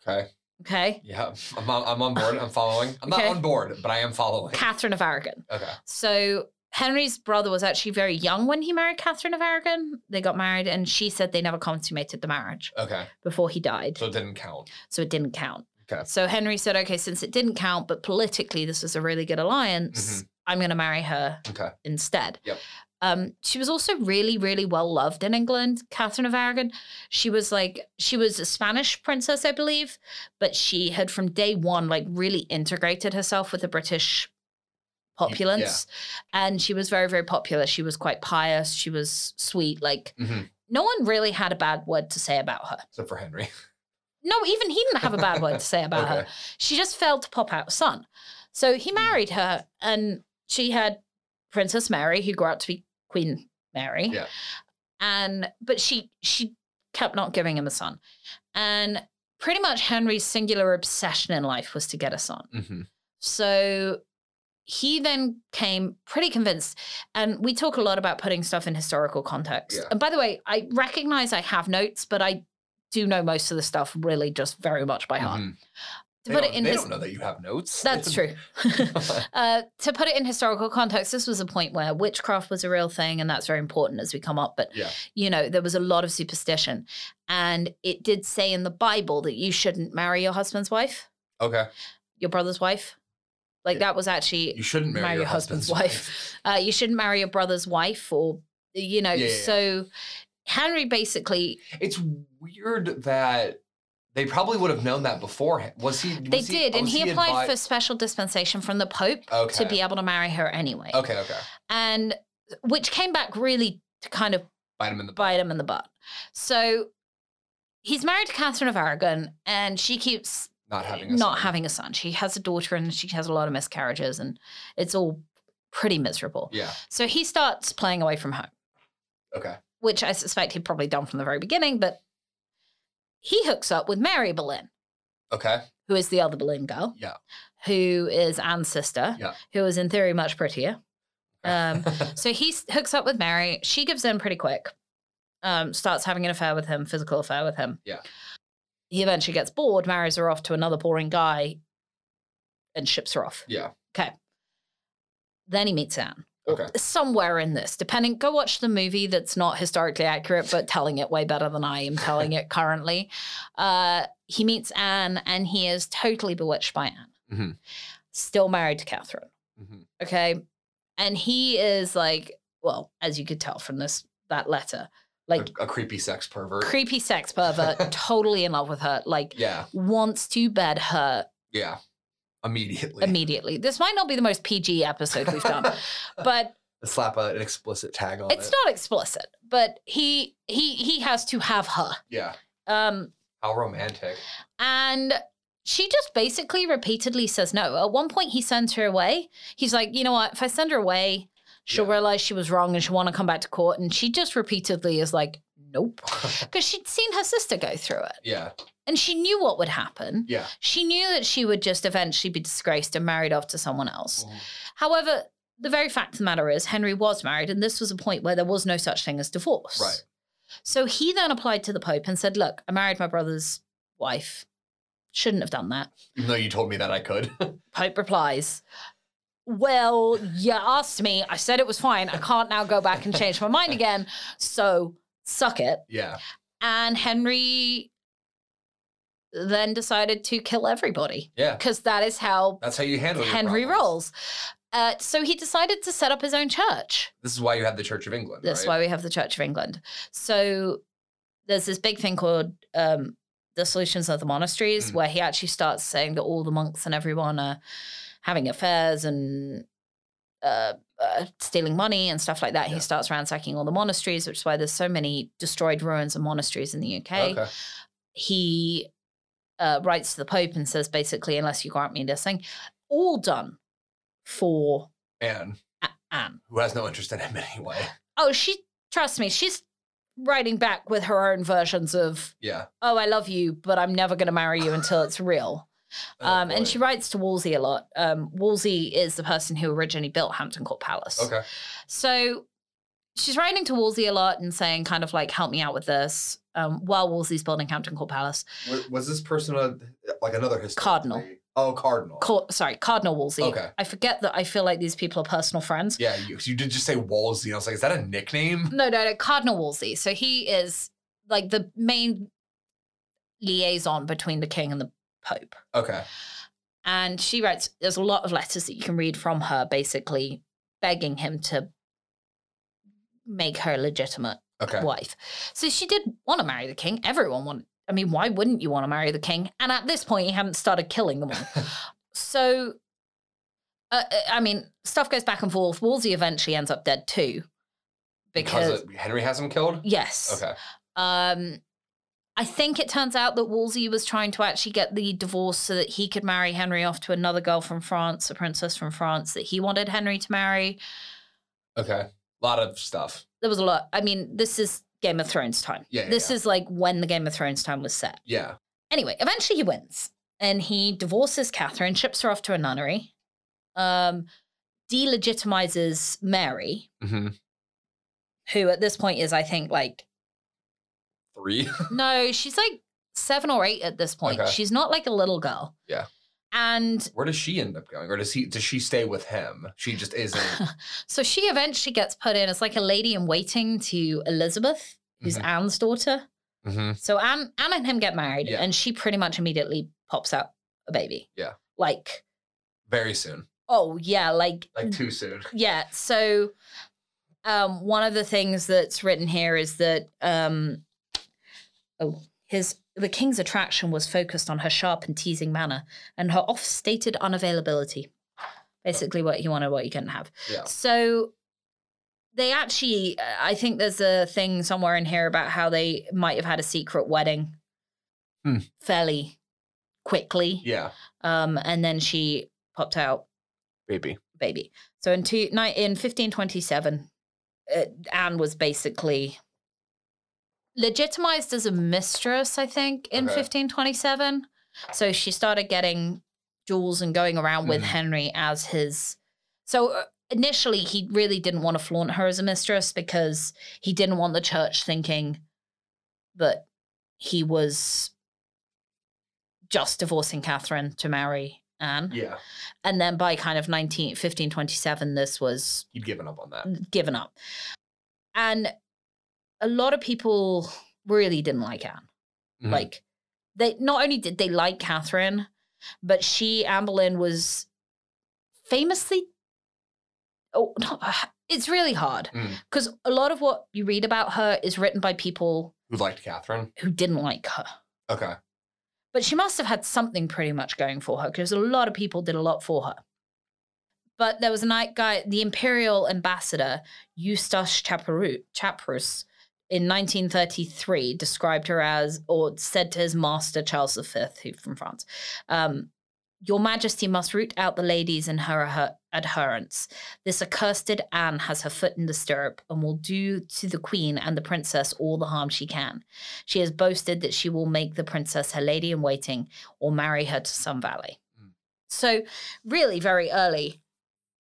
Okay. Okay. Yeah. I'm on, I'm on board. I'm following. I'm Okay. not on board, but I am following. Catherine of Aragon. Okay. So Henry's brother was actually very young when he married Catherine of Aragon. They got married, and she said they never consummated the marriage Okay. before he died, So it didn't count. so it didn't count. Okay. So Henry said, "Okay, since it didn't count, but politically this was a really good Mm-hmm. alliance, I'm going to marry her Okay. instead." Yep. Um, she was also really, really well loved in England. Catherine of Aragon. She was like she was a Spanish princess, I believe, but she had from day one like really integrated herself with the British populace, and she was very, very popular. She was quite pious. She was sweet. Like Mhm. no one really had a bad word to say about her. So for Henry. No, even he didn't have a bad word to say about her. (laughs) Okay. She just failed to pop out a son. So Hmm. he married her, and she had Princess Mary, who grew up to be Queen Mary. Yeah. And but she she kept not giving him a son, and pretty much Henry's singular obsession in life was to get a son. Mhm. So he then came pretty convinced, and we talk a lot about putting stuff in historical context. Yeah. And by the way, I recognize I have notes, but I do know most of the stuff really just very much by heart. Mhm. To They, put don't, it in they his- don't know that you have notes. that's true. (laughs) uh, to put it in historical context, this was a point where witchcraft was a real thing, and that's very important as we come up. But Yeah. you know, there was a lot of superstition, and it did say in the Bible that you shouldn't marry your husband's wife, (laughs) okay. your brother's wife. Like that was actually You shouldn't marry, Marry your your husband's wife. uh, you shouldn't marry your brother's wife or you know Yeah, yeah, yeah. so henry basically It's weird that They probably would have known that beforehand. Was he? They was did, and was he, applied advi- for special dispensation from the Pope Okay. to be able to marry her anyway. Okay, okay. And which came back really to kind of Bite him in the butt. bite him in the butt. So he's married to Catherine of Aragon, and she keeps Not having a not son. having a son. She has a daughter, and she has a lot of miscarriages, and it's all pretty miserable. Yeah. So he starts playing away from home, Okay. which I suspect he'd probably done from the very beginning, but he hooks up with Mary Boleyn, Okay. (laughs) who is the other Boleyn girl. Yeah. Who is Anne's sister, Yeah. who is in theory much (laughs) prettier. Um, (laughs) so he s- hooks up with Mary. She gives in pretty quick, um, starts having an affair with him, physical affair with him. Yeah. He eventually gets bored, marries her off to another boring guy, and ships her off. yeah. Then he meets Anne. Okay. Somewhere in this, depending, go watch the movie that's not historically accurate, but telling it way better than I am (laughs) telling it currently. Uh, he meets Anne and he is totally bewitched by Anne. Mhm. Still married to Catherine. Mhm. okay and he is like well as you could tell from this that letter like a, a creepy sex pervert. creepy sex pervert totally in love with her like yeah. wants to bed her Yeah. Immediately. immediately this might not be the most pg episode (laughs) we've done but Slap a, an explicit tag on it's it. not explicit but he he he has to have her yeah. um How romantic. And she just basically repeatedly says no. At one point, he sends her away. He's like, you know what? If I send her away, she'll Yeah. realize she was wrong and she'll want to come back to court. And she just repeatedly is like, nope. Because she'd seen her sister go through it Yeah. and she knew what would happen. Yeah. She knew that she would just eventually be disgraced and married off to someone else. However, the very fact of the matter is, Henry was married, and this was a point where there was no such thing as divorce. Right. So he then applied to the Pope and said, Look, I married my brother's wife. Shouldn't have done that. Even though you told me that I could. (laughs) Pope replies, Well, you asked me. I said it was fine. I can't now go back and change my mind again. So suck it. yeah. And Henry then decided to kill everybody Yeah. because that is how That's how you handle your Henry problems. rolls. Uh, so he decided to set up his own church. This is why you have the Church of England. That's right? why we have the Church of England. So there's this big thing called um, the Solutions of the Monasteries, Mm. where he actually starts saying that all the monks and everyone are having affairs and uh, uh, stealing money and stuff like that. Yeah. He starts ransacking all the monasteries, which is why there's so many destroyed ruins and monasteries in the UK. Okay. He uh, writes to the Pope and says, basically, unless you grant me this thing, all done for And A- Anne. who has no interest in him (laughs) anyway. Oh, she trust me, she's writing back with her own versions of, Yeah. "Oh, I love you, but I'm never going to marry you until it's real." (laughs) Oh, um, and boy. she writes to Wolsey a lot. Um, Wolsey is the person who originally built Hampton Court Palace. Okay. So she's writing to Wolsey a lot and saying, kind of like, "Help me out with this." Um, while Wolsey's building Hampton Court Palace, Was, was this person a, like another historian? Cardinal. Oh, cardinal. Cor- sorry, Cardinal Wolsey. Okay. I forget that. I feel like these people are personal friends. (laughs) Yeah, you, you did just say Wolsey. And I was like, is that a nickname? No, no, no, Cardinal Wolsey. So he is like the main liaison between the king and the pope. Okay. And she writes, there's a lot of letters that you can read from her, basically begging him to make her a legitimate Okay. wife. So she did want to marry the king. Everyone wanted, I mean, why wouldn't you want to marry the king? And at this point, he hadn't started killing them (laughs) all. so, uh, uh, I mean, stuff goes back and forth. Wolsey eventually ends up dead too. Because, Because, it- Henry has him killed? yes. Okay. Um, I think it turns out that Wolsey was trying to actually get the divorce so that he could marry Henry off to another girl from France, a princess from France that he wanted Henry to marry. Okay. A lot of stuff. There was a lot. I mean, this is Game of Thrones time. Yeah, yeah, this is like when the Game of Thrones time was set. Yeah. Anyway, eventually he wins and he divorces Catherine, ships her off to a nunnery, um, delegitimizes Mary, Mm-hmm. who at this point is, I think, like (laughs) Three. No, she's like seven or eight at this point. Okay. She's not like a little girl. Yeah. And (laughs) Where does she end up going? Or does he? Does she stay with him? She just isn't. (coughs) (laughs) so she eventually gets put in as like a lady in waiting to Elizabeth, who's Mhm. Anne's daughter. Mhm. So Anne, Anne and him get married, Yeah. and she pretty much immediately pops out a baby. Yeah. Like, Very soon. oh, yeah, like, Like too soon. yeah. So um, one of the things that's written here is that, um, oh, his the king's attraction was focused on her sharp and teasing manner and her off-stated unavailability. Basically, what you want and what you can have. Yeah. So they actually, I think there's a thing somewhere in here about how they might have had a secret wedding Hmm. fairly quickly, Yeah. um, and then she popped out Baby. baby. So in two, ni- in 1527, uh, Anne was basically legitimized as a mistress, I think, in Okay. 1527. So she started getting jewels and going around with Mhm. Henry as his. So uh, initially, he really didn't want to flaunt her as a mistress because he didn't want the church thinking that he was just divorcing Catherine to marry Anne Yeah. and then by kind of 19 1527 this was He'd given up on that. given up and a lot of people really didn't like anne Mhm. like they not only did they like catherine but she anne boleyn was famously oh no, (sighs) it's really hard Mm. because a lot of what you read about her is written by people Who liked Catherine? who didn't like her Okay. but she must have had something pretty much going for her because a lot of people did a lot for her. But there was a night guy, the imperial ambassador Eustace Chaparu- Chaprus, in 1933 described her as, or said to his master Charles V, who from France, um, "Your Majesty must root out the ladies and her, her adherents. This accursed Anne has her foot in the stirrup and will do to the Queen and the Princess all the harm she can. She has boasted that she will make the princess her lady in waiting or marry her to some valet. Mm. So, really, very early,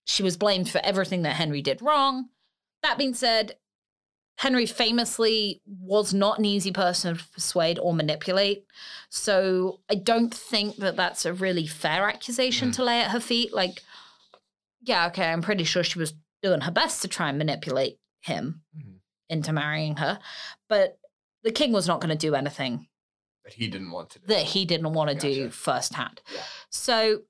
she was blamed for everything that Henry did wrong. That being said, Henry famously was not an easy person to persuade or manipulate. So, I don't think that that's a really fair accusation Mm. to lay at her feet. Like, yeah, okay, I'm pretty sure she was doing her best to try and manipulate him Mhm. into marrying her. But the king was not going to do anything That he didn't want to do. that he didn't want to do Gotcha. firsthand. Yeah. So,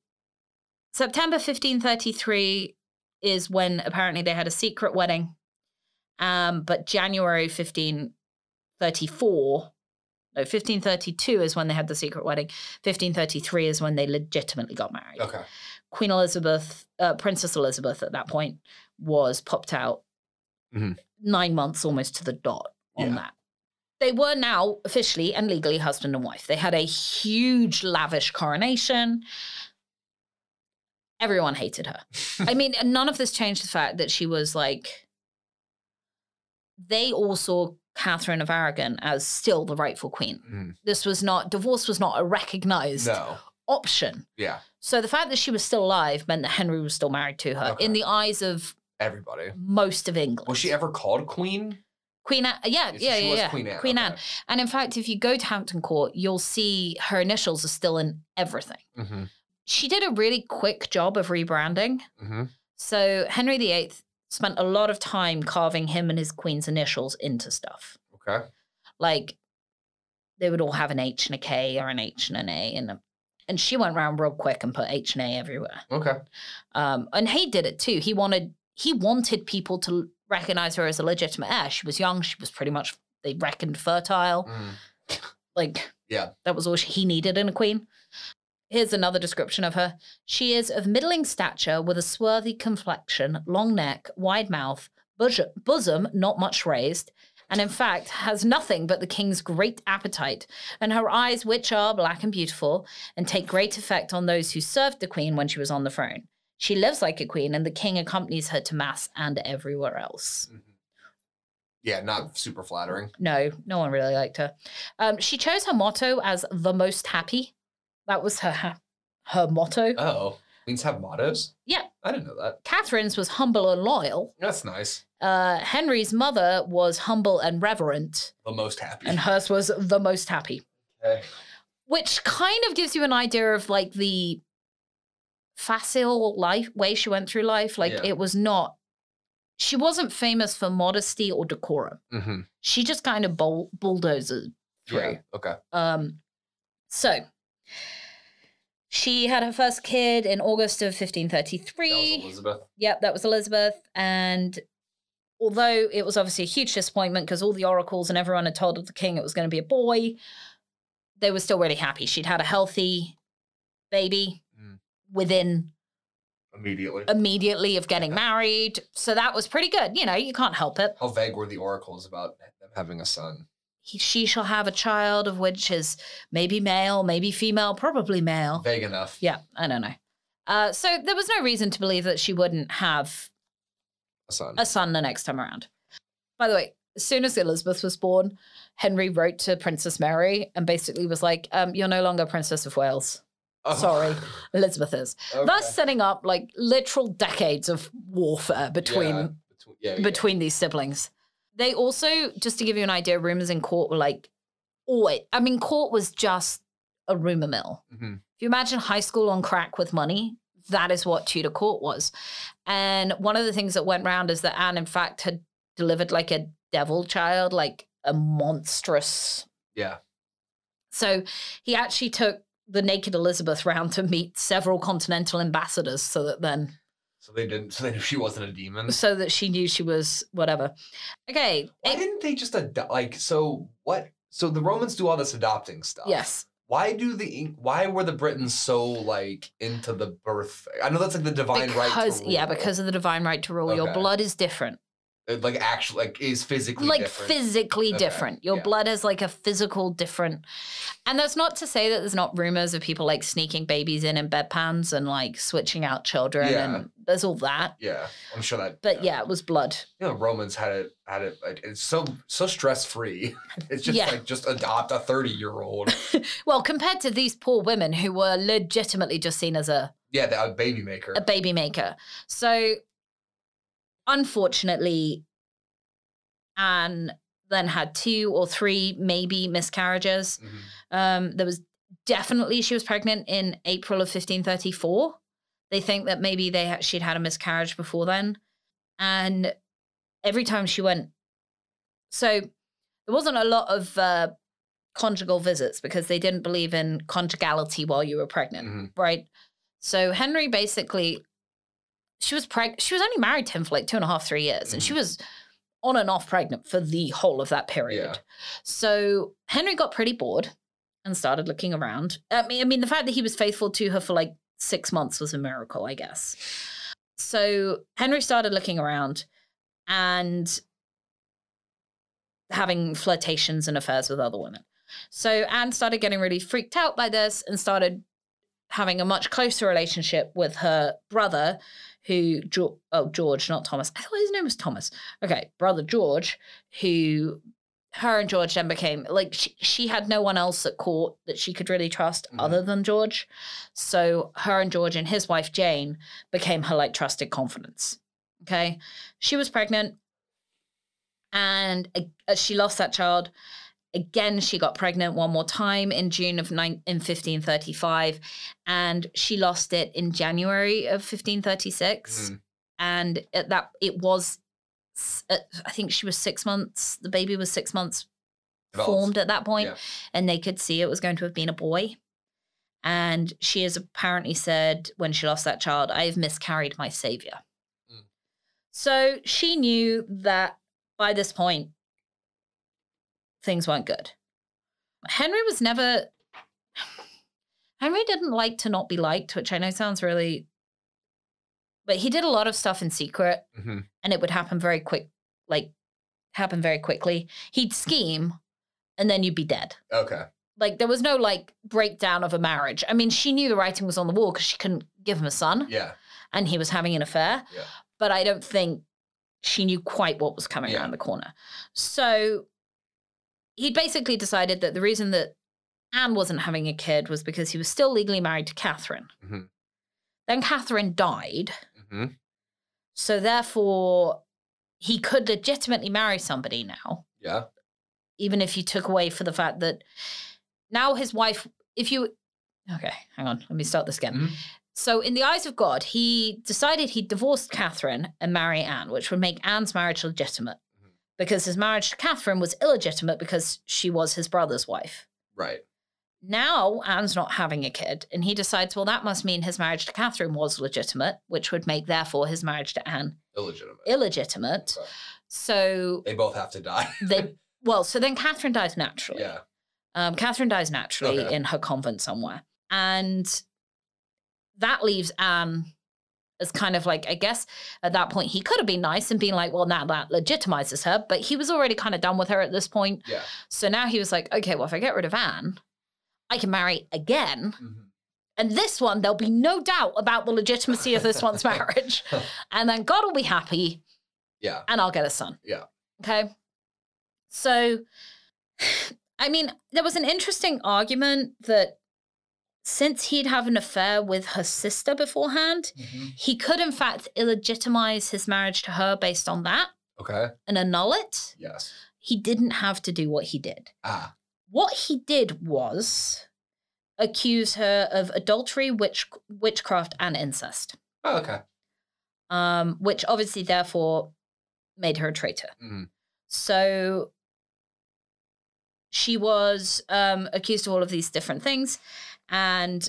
September 1533 is when apparently they had a secret wedding. Um, but January 1534, no, 1532 is when they had the secret wedding. 1533 is when they legitimately got married. Okay. Queen Elizabeth, uh, Princess Elizabeth at that point was popped out Mhm. nine months almost to the dot on Yeah. that. They were now officially and legally husband and wife. They had a huge, lavish coronation. Everyone hated her. I (laughs) mean, and none of this changed the fact that she was like, they all saw Catherine of Aragon as still the rightful queen. Mhm. This was not, divorce was not a recognized No. option. Yeah. So the fact that she was still alive meant that Henry was still married to her Okay. in the eyes of Everybody. most of England. Was she ever called queen? Queen Anne? Yeah, so yeah, she yeah, was yeah. Queen Anne. Queen okay. Anne. And in fact, if you go to Hampton Court, you'll see her initials are still in everything. Mhm, She did a really quick job of rebranding. mhm. So Henry VIII spent a lot of time carving him and his queen's initials into stuff. Okay. Like they would all have an H and a K or an H and an A and a, and she went round real quick and put H and A everywhere. Okay. Um, and he did it too. He wanted he wanted people to recognize her as a legitimate heir. She was young. She was pretty much they reckoned fertile. Mm. Like Yeah. that was all she, he needed in a queen. Here's another description of her. She is of middling stature, with a swarthy complexion, long neck, wide mouth, bosom, bosom not much raised, and in fact has nothing but the king's great appetite, and her eyes, which are black and beautiful, and take great effect on those who served the queen when she was on the throne. She lives like a queen, and the king accompanies her to mass and everywhere else. Mhm. Yeah, not super flattering. No, no one really liked her. Um, she chose her motto as the most happy. That was her ha- her motto. Oh, queens have mottos? Yeah. I didn't know that. Catherine's was humble and loyal. That's nice. Uh, Henry's mother was humble and reverent, The most happy. and hers was the most happy, Okay. which kind of gives you an idea of like the facile life way she went through life. Like Yeah. it was not. She wasn't famous for modesty or decorum. Mm-hmm. She just kind of bull- bulldozed through. Yeah. Okay. Um, so she had her first kid in August of That was 1533. Elizabeth. Yep, that was Elizabeth. And although it was obviously a huge disappointment because all the oracles and everyone had told the king it was going to be a boy, they were still really happy. She'd had a healthy baby Mm. within immediately. Uh, immediately of getting married. So that was pretty good. You know, you can't help it. How vague were the oracles about them having a son? He, she shall have a child of which is maybe male, maybe female, probably male. Vague enough. Oh. Yeah, I don't know. Uh, so there was no reason to believe that she wouldn't have A son. a son the next time around. By the way, as soon as Elizabeth was born, Henry wrote to Princess Mary and basically was like, um, You're no longer Princess of Wales. Oh, sorry. Elizabeth is. (laughs) okay. Thus setting up like literal decades of warfare between Yeah, between, yeah, yeah. between these siblings. They also, just to give you an idea, rumors in court were like always. I mean, court was just a rumor mill. Mhm. If you imagine high school on crack with money, that is what Tudor court was. And one of the things that went round is that Anne, in fact, had delivered like a devil child, like a monstrous. Yeah. So he actually took the naked Elizabeth round to meet several continental ambassadors so that then So they didn't. (laughs) So they knew she wasn't a demon. so that she knew she was whatever. Okay. Why didn't they just adopt? Like, so what? So the Romans do all this adopting stuff. Yes. Why do the Eng- why were the Britons so like into the birth? I know that's like the divine right. Because To yeah, rule. because of the divine right to rule, your Okay. blood is different. It, like actually like is physically like different. physically Okay, different. Your yeah. blood is like a physical different. And that's not to say that there's not rumors of people like sneaking babies in in bedpans and like switching out children Yeah. and there's all that. yeah, I'm sure that. But yeah, it was blood. you know, Romans had it had it. Like, it's so so stress free. (laughs) It's just Yeah. like just adopt a thirty year old. Well, compared to these poor women who were legitimately just seen as a yeah, that a baby maker. a baby maker. So, unfortunately, Anne then had two or three, maybe miscarriages. Mhm. Um, there was definitely she was pregnant in April of 1534. They think that maybe they ha- she'd had a miscarriage before then, and every time she went, so there wasn't a lot of uh, conjugal visits because they didn't believe in conjugality while you were pregnant, Mhm. right? So Henry basically, she was pregnant. She was only married to him for like two and a half, three years, and she was on and off pregnant for the whole of that period. Yeah. So Henry got pretty bored and started looking around. I mean, I mean, the fact that he was faithful to her for like six months was a miracle, I guess. So Henry started looking around and having flirtations and affairs with other women. So Anne started getting really freaked out by this and started having a much closer relationship with her brother, who Geo- oh George, not Thomas. I thought his name was Thomas. Okay, brother George, who her and George then became like she, she had no one else at court that she could really trust Mhm. other than George. So her and George and his wife Jane became her like trusted confidants. Okay, she was pregnant, and uh, as she lost that child, again she got pregnant one more time in june of nine, in 1535 and she lost it in january of 1536 Mhm. and at that it was s- at, i think she was six months the baby was six months Developed. formed at that point, Yeah. and they could see it was going to have been a boy and she has apparently said when she lost that child i have miscarried my savior Mm. so she knew that by this point things weren't good henry was never (sighs) henry didn't like to not be liked which i know sounds really but he did a lot of stuff in secret Mhm. and it would happen very quick like happen very quickly he'd scheme and then you'd be dead Okay. like there was no like breakdown of a marriage i mean she knew the writing was on the wall because she couldn't give him a son Yeah. and he was having an affair Yeah. but i don't think she knew quite what was coming Yeah. around the corner so he'd basically decided that the reason that anne wasn't having a kid was because he was still legally married to catherine Mhm. then catherine died hmm so therefore, he could legitimately marry somebody now, Yeah. even if you took away for the fact that now his wife, if you, okay, hang on, let me start this again. Mhm. So, in the eyes of God, he decided he divorced Catherine and marry Anne, which would make Anne's marriage legitimate Mhm. because his marriage to Catherine was illegitimate because she was his brother's wife. Right. Now Anne's not having a kid, and he decides, well, that must mean his marriage to Catherine was legitimate, which would make, therefore, his marriage to Anne Illegitimate. illegitimate. Okay. So (laughs) They both have to die. they well, so then Catherine dies naturally. yeah. Um, Catherine dies naturally Okay. in her convent somewhere. And that leaves Anne as kind of like, I guess at that point, he could have been nice and been like, well, now that legitimizes her, but he was already kind of done with her at this point. Yeah. So now he was like, okay, well, if I get rid of Anne, I can marry again. Mhm. And this one, there'll be no doubt about the legitimacy of this (laughs) one's marriage. And then God will be happy Yeah. and I'll get a son. Yeah. Okay. So, (sighs) I mean, there was an interesting argument that since he'd have an affair with her sister beforehand, he could, in fact, illegitimize his marriage to her based on that Okay. and annul it. Yes. He didn't have to do what he did. Ah. What he did was accuse her of adultery, witch, witchcraft, and incest, Oh, okay. um, which obviously, therefore, made her a traitor. Mhm. So she was um, accused of all of these different things, and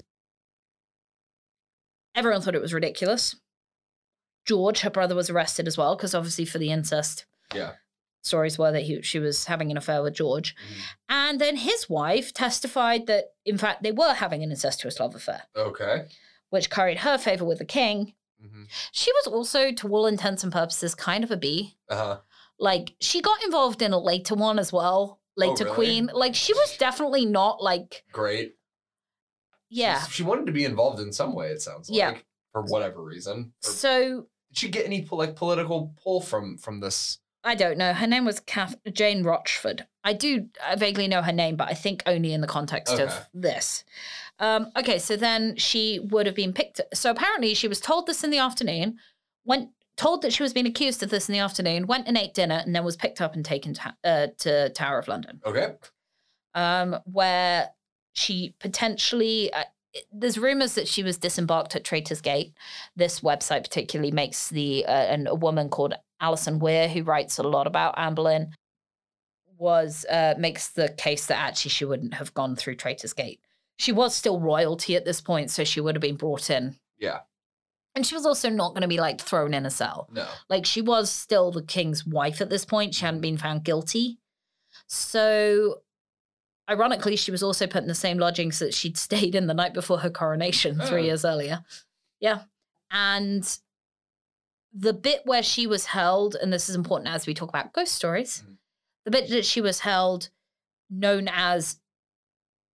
everyone thought it was ridiculous. George, her brother, was arrested as well because obviously for the incest. Yeah. Stories were that he, she was having an affair with George. Mhm. And then his wife testified that, in fact, they were having an incestuous love affair, Okay. which carried her favor with the king. Mhm. She was also, to all intents and purposes, kind of a bee Uh huh. like she got involved in a later one as well later Oh, really? queen like she was definitely not like Great. yeah She wanted to be involved in some way. It sounds like. Yeah. For whatever reason. Or- so did she get any like political pull from from this? i don't know her name was Kath- jane rochford i do i vaguely know her name but i think only in the context Okay. of this um, okay so then she would have been picked so apparently she was told this in the afternoon went told that she was being accused of this in the afternoon went and ate dinner and then was picked up and taken to, uh, to tower of london Okay. um, where she potentially. Uh, it- there's rumors that she was disembarked at Traitor's Gate. This website particularly makes the uh, and a woman called Alison Weir, who writes a lot about Anne Boleyn, was uh, makes the case that actually she wouldn't have gone through Traitor's Gate. She was still royalty at this point, so she would have been brought in. Yeah. And she was also not going to be like thrown in a cell No. like she was still the king's wife at this point she hadn't been found guilty so ironically she was also put in the same lodgings that she'd (laughs) stayed in the night before her coronation three Oh. years earlier yeah and the bit where she was held and this is important as we talk about ghost stories Mhm. the bit that she was held known as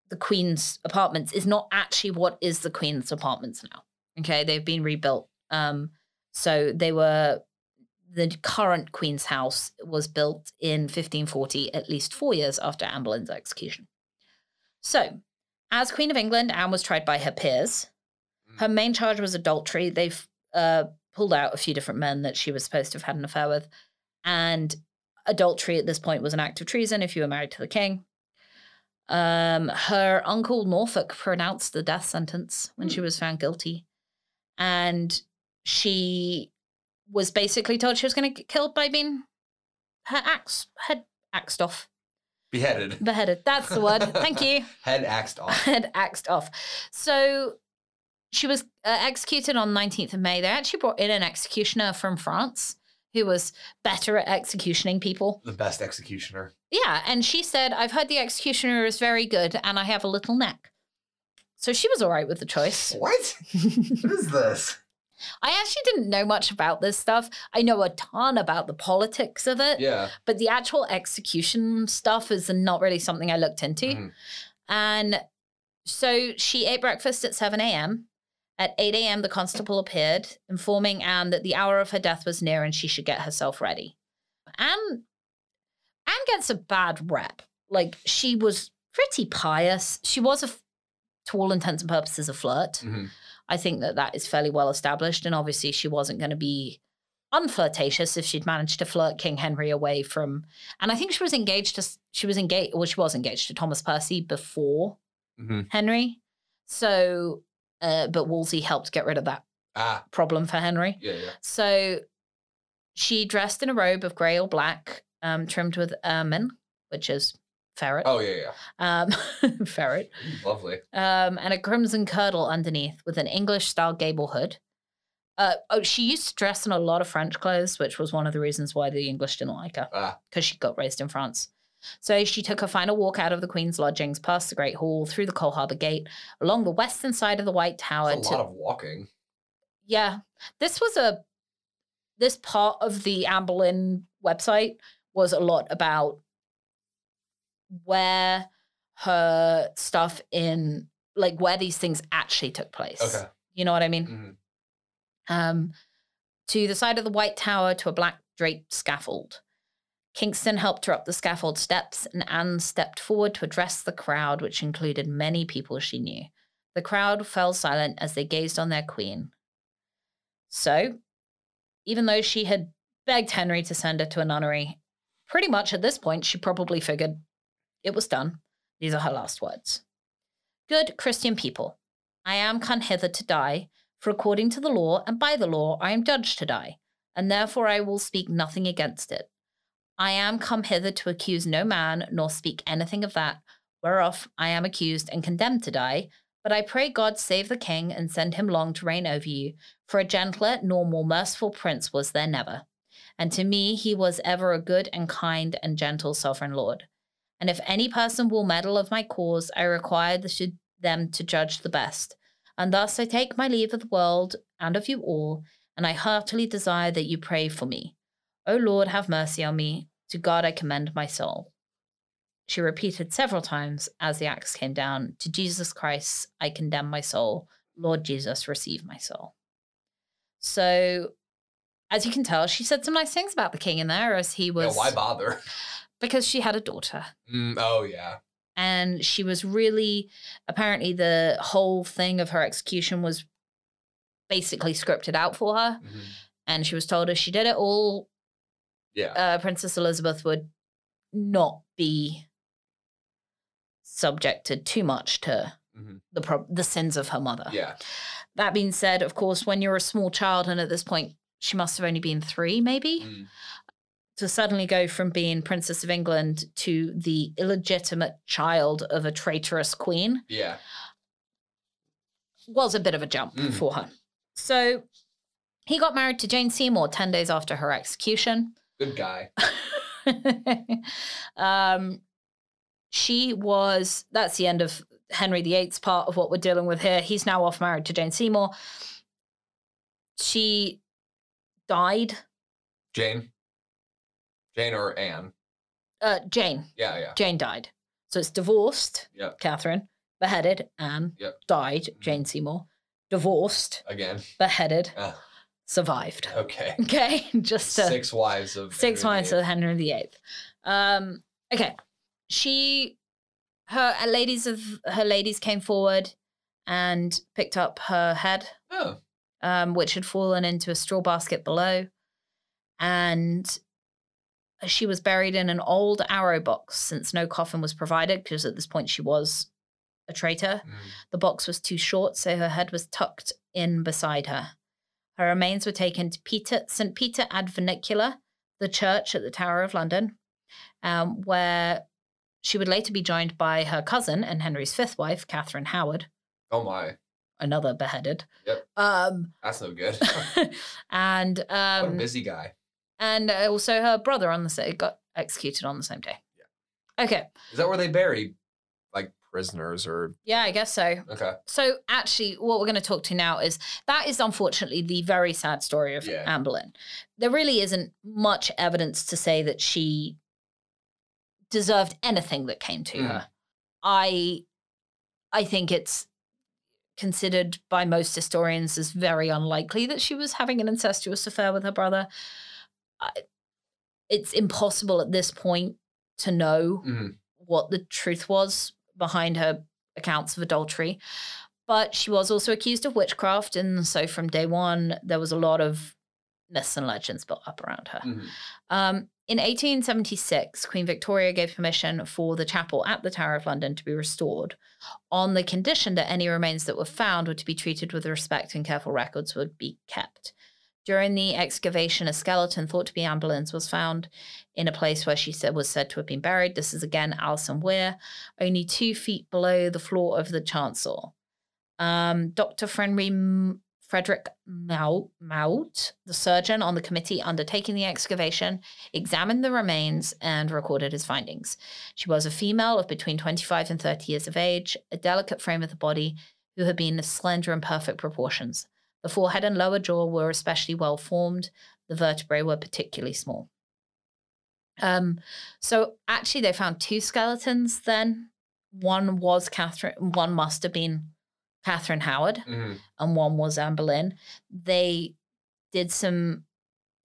the queen's apartments is not actually what is the queen's apartments now okay they've been rebuilt um so they were the current Queen's House was built in 1540, at least four years after Anne Boleyn's execution. So, as Queen of England, Anne was tried by her peers. Her main charge was adultery. They've uh, pulled out a few different men that she was supposed to have had an affair with. And adultery at this point was an act of treason if you were married to the king. Um, her uncle Norfolk pronounced the death sentence when she was found guilty. And she was basically told she was going to get killed by being her axe, head axed off, Beheaded. beheaded. That's the word. Thank you (laughs) Head axed off. had axed off. So she was uh, executed on 19th of May. They actually brought in an executioner from France who was better at executioning people. the best executioner. Yeah, and she said, I've heard the executioner is very good and I have a little neck. So she was all right with the (laughs) choice. What? what is (laughs) this? I actually didn't know much about this stuff. I know a ton about the politics of it, Yeah. but the actual execution stuff is not really something I looked into. Mhm. And so she ate breakfast at 7 a.m. At 8 a.m., the constable appeared, informing Anne that the hour of her death was near and she should get herself ready. Anne, Anne gets a bad rep. Like, she was pretty pious. She was, a, f- to all intents and purposes, a flirt. Mhm. I think that that is fairly well established. And obviously, she wasn't going to be unflirtatious if she'd managed to flirt King Henry away from. And I think she was engaged to she was engaged. Well, she was engaged to Thomas Percy before Mhm. Henry. So, uh, but Wolsey helped get rid of that Ah. problem for Henry. Yeah. Yeah. So she dressed in a robe of grey or black, um, trimmed with ermine, which is ferret. Oh yeah. Yeah. Um, (laughs) ferret Ooh, Lovely. um, and a crimson girdle underneath with an English style gable hood. Uh, oh, she used to dress in a lot of French clothes, which was one of the reasons why the English didn't like her Ah. because she got raised in France. So she took her final walk out of the Queen's lodgings, past the Great Hall, through the Coal Harbour Gate, along the western side of the White Tower. That's a lot of walking. yeah, this was a this part of the Anne Boleyn website was a lot about where her stuff in like where these things actually took place. Okay. You know what I mean? Mhm. um, to the side of the White Tower to a black draped scaffold. Kingston helped her up the scaffold steps, and Anne stepped forward to address the crowd, which included many people she knew. The crowd fell silent as they gazed on their queen. So, even though she had begged Henry to send her to a nunnery, pretty much at this point, she probably figured it was done. These are her last words. Good Christian people, I am come hither to die, for according to the law and by the law I am judged to die, and therefore I will speak nothing against it. I am come hither to accuse no man, nor speak anything of that, whereof I am accused and condemned to die. But I pray God save the king and send him long to reign over you, for a gentler nor more merciful prince was there never. And to me he was ever a good and kind and gentle sovereign lord. And if any person will meddle of my cause, I require the- should them to judge the best. And thus I take my leave of the world and of you all, and I heartily desire that you pray for me. O Lord, have mercy on me. To God I commend my soul. She repeated several times as the axe came down To Jesus Christ I condemn my soul. Lord Jesus, receive my soul. So, as you can tell, she said some nice things about the king in there as he Yeah, was. why bother? because she had a daughter Mm, oh yeah. Uh, and she was really apparently the whole thing of her execution was basically scripted out for her Mhm. and she was told if she did it all Yeah. uh, princess elizabeth would not be subjected too much to Mhm. the prob- the sins of her mother Yeah. that being said of course when you're a small child and at this point she must have only been three maybe Mm. to suddenly go from being princess of england to the illegitimate child of a traitorous queen Yeah. was a bit of a jump Mm. for her. So he got married to Jane Seymour 10 days after her execution. (laughs) Good guy. um, she was, that's the end of Henry VIII's part of what we're dealing with here. He's now off married to Jane Seymour. She died. Jane. Jane or Anne. Uh, Jane. Yeah. Yeah. Jane died. So it's divorced, Yep. Catherine, beheaded, Anne, Yep. died, Mhm. Jane Seymour, divorced, Again. beheaded, Ah, survived. (laughs) okay. Okay, just to Six wives of six Henry wives VIII. of Henry VIII. Um, okay, she, her uh, ladies of her ladies came forward and picked up her head, Oh. um, which had fallen into a straw basket below, and she was buried in an old arrow box since no coffin was provided because at this point she was a traitor. Mm. The box was too short, so her head was tucked in beside her. Her remains were taken to Peter St. Peter ad Vinicula, the church at the Tower of London, um, where she would later be joined by her cousin and Henry's fifth wife, Catherine Howard, Oh my. another beheaded. Yep. Um, (laughs) That's no good. (laughs) and what a um, busy guy. and also her brother on the sa- got executed on the same day. Okay. Is that where they bury like prisoners or Yeah, I guess so. (laughs) okay? So actually, what we're going to talk to now is that is unfortunately the very sad story of Yeah. Anne Boleyn. There really isn't much evidence to say that she deserved anything that came to Mm. her. I, I think it's considered by most historians as very unlikely that she was having an incestuous affair with her brother. I, it's impossible at this point to know Mhm. what the truth was behind her accounts of adultery. But she was also accused of witchcraft. And so from day one, there was a lot of myths and legends built up around her. Mhm. Um, in 1876, Queen Victoria gave permission for the chapel at the Tower of London to be restored on the condition that any remains that were found were to be treated with respect and careful records would be kept. During the excavation, a skeleton thought to be Anne Boleyn's was found in a place where she said was said to have been buried. This is again Alison Weir, only two feet below the floor of the chancel. Um, Dr. Frenry M- Frederick Mau- Maut, the surgeon on the committee undertaking the excavation, examined the remains and recorded his findings. She was a female of between 25 and 30 years of age, a delicate frame of the body, who had been of slender and perfect proportions. The forehead and lower jaw were especially well formed, the vertebrae were particularly small. Um, so actually, they found two skeletons then. One was Catherine, one must have been Catherine Howard Mhm. and one was Anne Boleyn. They did some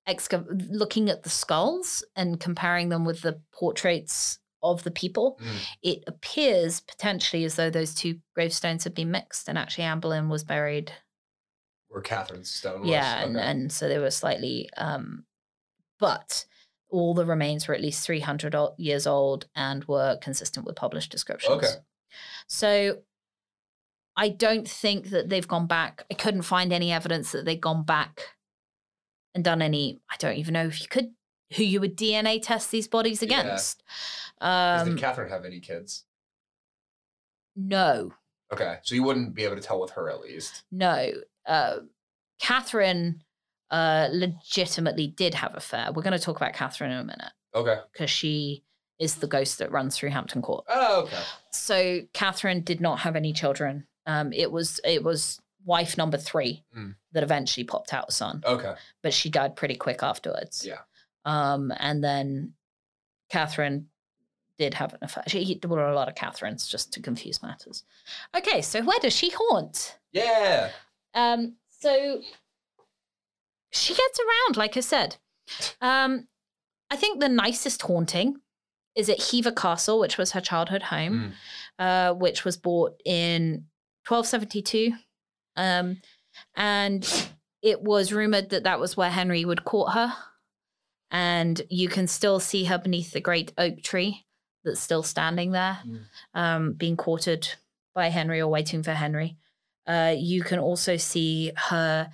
exca- looking at the skulls and comparing them with the portraits of the people. Mm. It appears potentially as though those two gravestones had been mixed, and actually Anne Boleyn was buried. Where Catherine's stone was. yeah, and, Okay. and so they were slightly, um, but all the remains were at least 300 o- years old and were consistent with published descriptions. Okay. So I don't think that they've gone back. I couldn't find any evidence that they've gone back and done any. I don't even know if you could, who you would DNA test these bodies Yeah. against. Does- Um, did Catherine have any kids? no, Okay, so you wouldn't be able to tell with her at least. no. Uh, Catherine uh, legitimately did have a affair. We're going to talk about Catherine in a minute Okay. because she is the ghost that runs through Hampton Court. Oh, okay. so Catherine did not have any children. Um, it was it was wife number three Mm. that eventually popped out a son, Okay. but she died pretty quick afterwards. Yeah. Um, and then Catherine did have an affair. She, there were a lot of Catherines, just to confuse matters. Okay, so where does she haunt? Yeah. Um, so she gets around, like I said. Um, I think the nicest haunting is at Hever Castle, which was her childhood home, uh, which was bought in 1272. Um, and it was rumored that that was where Henry would court her. And you can still see her beneath the great oak tree that's still standing there, Mm. um, being courted by Henry or waiting for Henry. Uh, you can also see her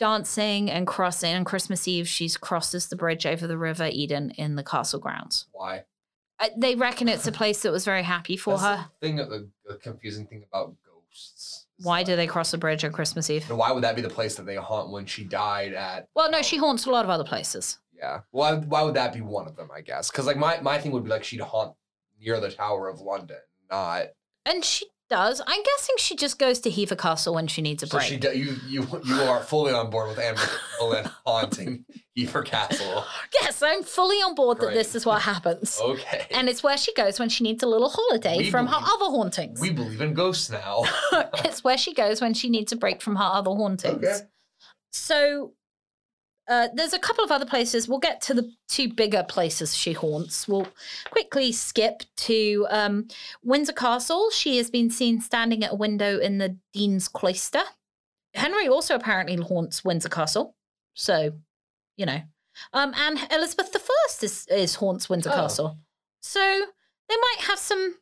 dancing and crossing. On Christmas Eve, she crosses the bridge over the River Eden in the castle grounds. Why? Uh, they reckon it's a place that was very happy for That's her. The thing, the, the confusing thing about ghosts. is Why like- do they cross the bridge on Christmas Eve? And why would that be the place that they haunt when she died at? Well, no, she haunts a lot of other places. Yeah. Why? Why would that be one of them? I guess because like my my thing would be like she'd haunt near the Tower of London, not. And she does. I'm guessing she just goes to Hever Castle when she needs a So break. she do, you you you are fully on board with Amber (laughs) Boleyn haunting Hever Castle. yes, I'm fully on board that this Great. is what happens. (laughs) Okay. And it's where she goes when she needs a little holiday We from her believe- other hauntings. we believe in ghosts now. (laughs) it's where she goes when she needs a break from her other hauntings. Okay. So uh, there's a couple of other places. We'll get to the two bigger places she haunts. We'll quickly skip to um, Windsor Castle. She has been seen standing at a window in the Dean's Cloister. Henry also apparently haunts Windsor Castle. So, you know. Um, and Elizabeth I is, is haunts Windsor Oh. Castle. So they might have some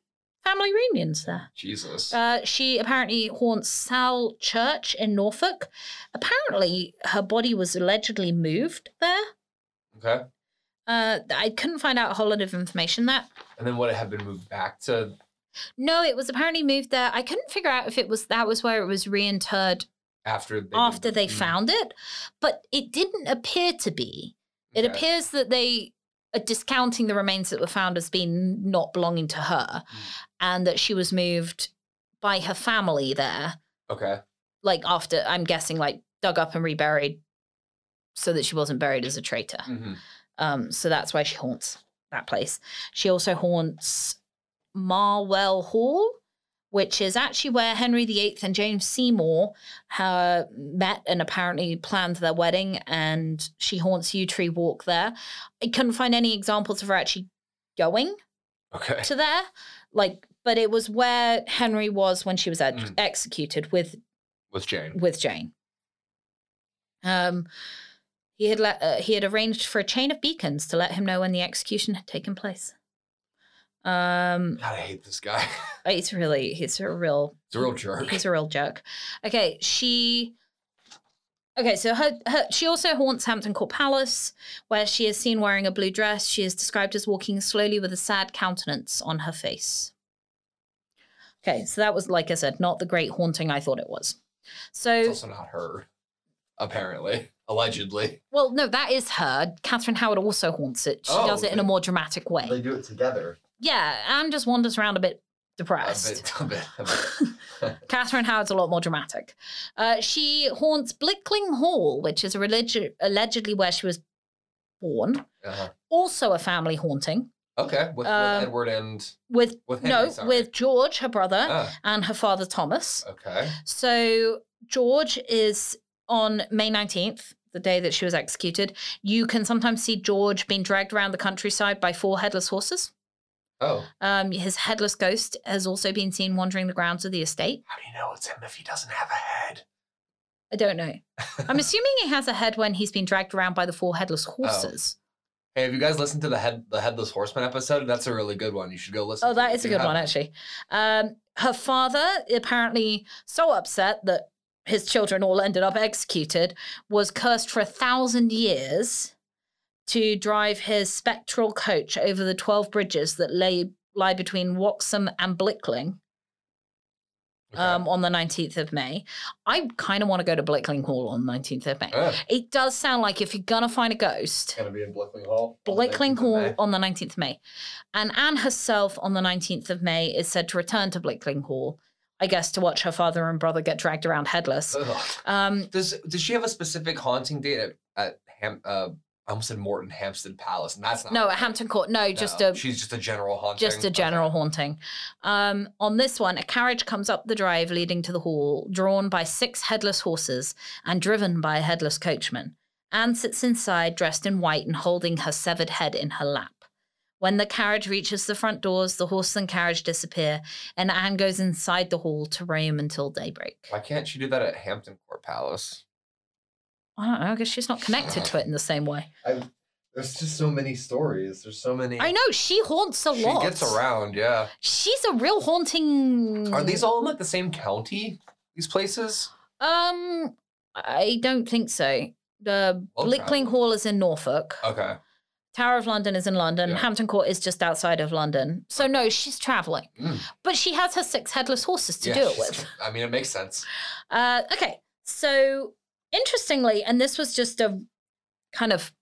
family reunions there. Jesus. Uh, she apparently haunts Sal Church in Norfolk. Apparently, her body was allegedly moved there. okay. Uh, I couldn't find out a whole lot of information that. And then would it have been moved back to? No, it was apparently moved there. I couldn't figure out if it was that was where it was reinterred After they did after the- they Mm, found it, but it didn't appear to be. It okay. appears that they are discounting the remains that were found as being not belonging to her, Mm. and that she was moved by her family there Okay. like after I'm guessing like dug up and reburied so that she wasn't buried as a traitor. Mhm. Um, so that's why she haunts that place. She also haunts Marwell Hall, which is actually where Henry VIII and James Seymour uh, met and apparently planned their wedding. And she haunts Yew Tree Walk there. I couldn't find any examples of her actually going Okay. (laughs) to there, like, but it was where Henry was when she was ex- Mm. executed with With Jane. with Jane. Um, he had let, uh, he had arranged for a chain of beacons to let him know when the execution had taken place. Um, God, I hate this guy. (laughs) he's really he's a real He's a real jerk. He's a real jerk. Okay, she. Okay, so her, her she also haunts Hampton Court Palace, where she is seen wearing a blue dress. She is described as walking slowly with a sad countenance on her face. Okay, so that was like I said, not the great haunting I thought it was. So It's also not her. apparently, allegedly. Well, no, that is her. Catherine Howard also haunts it. She Oh, does it in a okay. more dramatic way. They do it together. yeah, Anne just wanders around a bit A depressed. bit, a bit, a (laughs) bit. Catherine Howard's a lot more dramatic. Uh, she haunts Blickling Hall, which is a religi- allegedly where she was born. Uh-huh. Also, a family haunting Okay, with, with Um, Edward and with, with Henry, no sorry. with George, her brother, Ah, and her father Thomas. okay. So George is on May nineteenth, the day that she was executed. You can sometimes see George being dragged around the countryside by four headless horses. Oh, Um, his headless ghost has also been seen wandering the grounds of the estate. how do you know it's him if he doesn't have a head? I don't know. I'm assuming he has a head when he's been dragged around by the four headless horses. Hey, have you guys listened to the head the headless horseman episode? That's a really good one. You should go listen. Oh, to that it is if a you good one, haven't. actually. Um, her father, apparently so upset that his children all ended up executed, was cursed for a thousand years to drive his spectral coach over the 12 bridges that lay lie between Waxham and Blickling Okay. um, on the 19th of May. I kind of want to go to Blickling Hall on the 19th of May. Ah, It does sound like if you're going to find a ghost, Gonna be in Blickling Hall. Blakeling 19th of Hall May. on the 19th of May. And Anne herself on the 19th of May is said to return to Blakeling Hall, I guess, to watch her father and brother get dragged around headless. ugh. Um, Does does she have a specific haunting date at, at Ham? Uh, I almost said Morton Hampstead Palace, and that's not no, at Hampton Court. No, just No, a She's just a general haunting. just a general haunting. Um, on this one, a carriage comes up the drive leading to the hall, drawn by six headless horses and driven by a headless coachman. Anne sits inside, dressed in white and holding her severed head in her lap. When the carriage reaches the front doors, the horse and carriage disappear, and Anne goes inside the hall to roam until daybreak. Why can't she do that at Hampton Court Palace? I don't know. I guess she's not connected to it in the same way. There's just so many stories. There's so many. I know she haunts a she lot. gets around, yeah. She's a real haunting. Are these all in like the same county? These places? Um, I don't think so. The Well Blickling travelled. Hall is in Norfolk. Okay. Tower of London is in London. Oh. Yeah. Oh. Hampton Court is just outside of London. So no, she's traveling, Mm. but she has her six headless horses to Yeah, do it she's- with. (laughs) I mean, it makes sense. Uh, okay, so interestingly, and this was just a kind of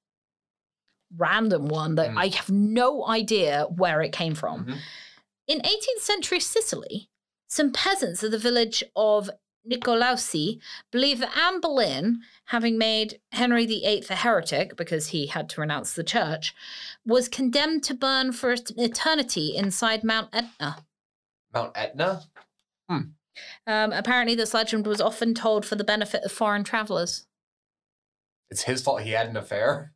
random one that Mm. I have no idea where it came from. Mhm. In 18th century Sicily, some peasants of the village of Nicolausi believe that Anne Boleyn, having made Henry VIII a heretic because he had to renounce the church, was condemned to burn for et- eternity inside Mount Etna. Mount Etna? Um, apparently, this legend was often told for the benefit of foreign travelers. It's his fault he had an affair.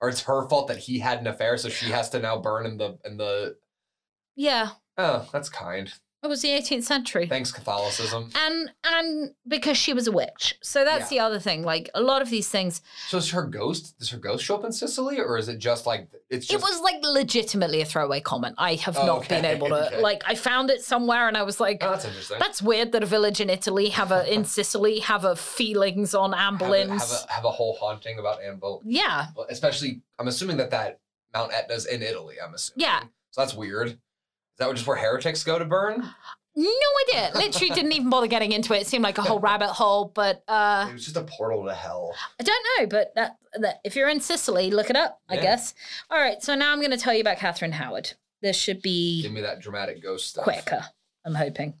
Or it's her fault that he had an affair, so she has to now burn in the in the Yeah, Oh, that's kind. it was the 18th century. Thanks, Catholicism. And and because she was a witch, so that's the other thing. Like a lot of these things, So is her ghost does her ghost show up in Sicily or is it just like it's It just was like legitimately a throwaway comment. I have Oh, not been okay, able to okay. like. I found it somewhere, and I was like, Oh, that's interesting. "That's weird that a village in Italy have a (laughs) in Sicily have a feelings on Anne have, a, Boleyn's." have, a, have a whole haunting about Anne Boleyn. yeah, Well, especially I'm assuming that that Mount Etna's in Italy. I'm assuming. Yeah. So that's weird. Is that just where heretics go to burn? no idea. Literally didn't even bother getting into it. It seemed like a whole rabbit hole, but uh, It was just a portal to hell. I don't know. But that, that if you're in Sicily, look it up. I Yeah. guess. All right. So now I'm going to tell you about Catherine Howard. This should be Give me that dramatic ghost stuff. quicker, I'm hoping.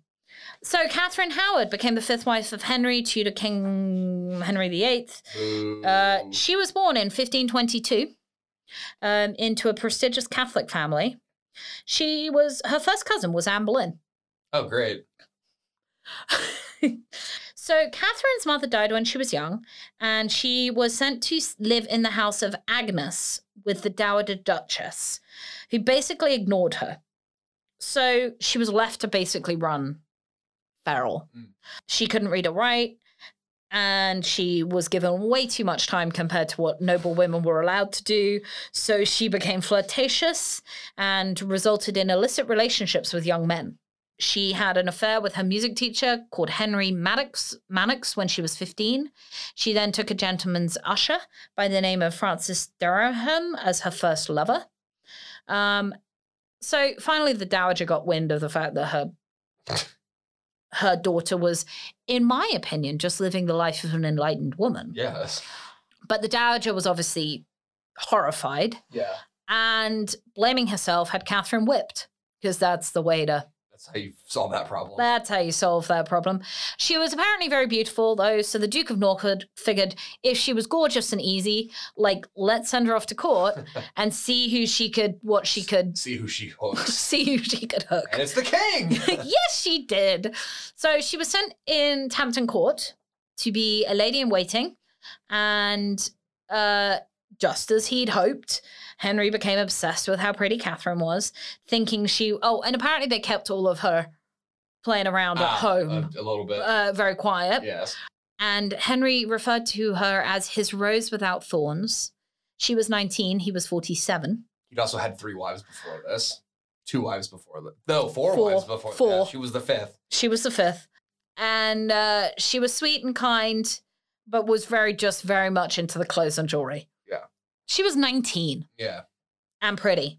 So Catherine Howard became the fifth wife of Henry Tudor King Henry VIII. Boo. Uh, she was born in 1522 um, into a prestigious Catholic family. She was her first cousin was Anne Boleyn. oh, great. So Catherine's mother died when she was young, and she was sent to s- live in the house of Agnes with the Dowager Duchess, who basically ignored her. So she was left to basically run feral. Mm. She couldn't read or write, and she was given way too much time compared to what noble women were allowed to do. So she became flirtatious and resulted in illicit relationships with young men. She had an affair with her music teacher called Henry Maddox, Maddox when she was 15. She then took a gentleman's usher by the name of Francis Durham as her first lover. Um, so finally, the dowager got wind of the fact that her her daughter was, in my opinion, just living the life of an enlightened woman. Yes. But the dowager was obviously horrified Yeah. and blaming herself had Catherine whipped because that's the way to That's how you solve that problem. that's how you solve that problem. She was apparently very beautiful, though, so the Duke of Norfolk figured if she was gorgeous and easy, like let's send her off to court and see who she could, what she could, (laughs) See who she hooks. see who she could hook. and it's the king. (laughs) yes, she did. So she was sent in to Hampton Court to be a lady in waiting, and uh, just as he'd hoped, Henry became obsessed with how pretty Catherine was, thinking she. Oh, and apparently they kept all of her playing around Ah, at home A, a little bit. uh, very quiet. yes. And Henry referred to her as his rose without thorns. She was 19, he was 47. He'd also had three wives before this. Two wives before this. No, four, Four. wives before Four. yeah, she was the fifth. She was the fifth. And uh, she was sweet and kind, but was very, just very much into the clothes and jewelry. Yeah. She was 19 Yeah. and pretty.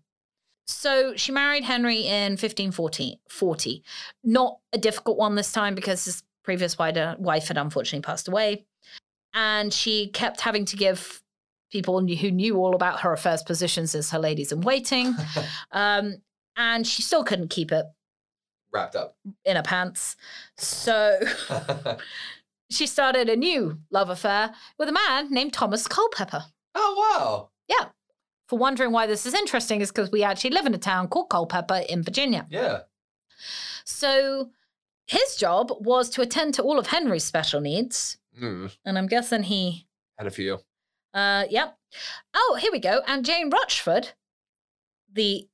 So she married Henry in 1540. 40. Not a difficult one this time because his previous wider- wife had unfortunately passed away. And she kept having to give people kn- who knew all about her affairs positions as her ladies in waiting. um, and she still couldn't keep it (laughs) Wrapped up. (laughs) in her pants. So (laughs) she started a new love affair with a man named Thomas Culpepper. oh wow. For wondering why this is interesting is because we actually live in a town called Culpepper in Virginia. Yeah. So his job was to attend to all of Henry's special needs. Mm, And I'm guessing he, had a few. uh, yep. Oh, here we go. And Jane Rochford, the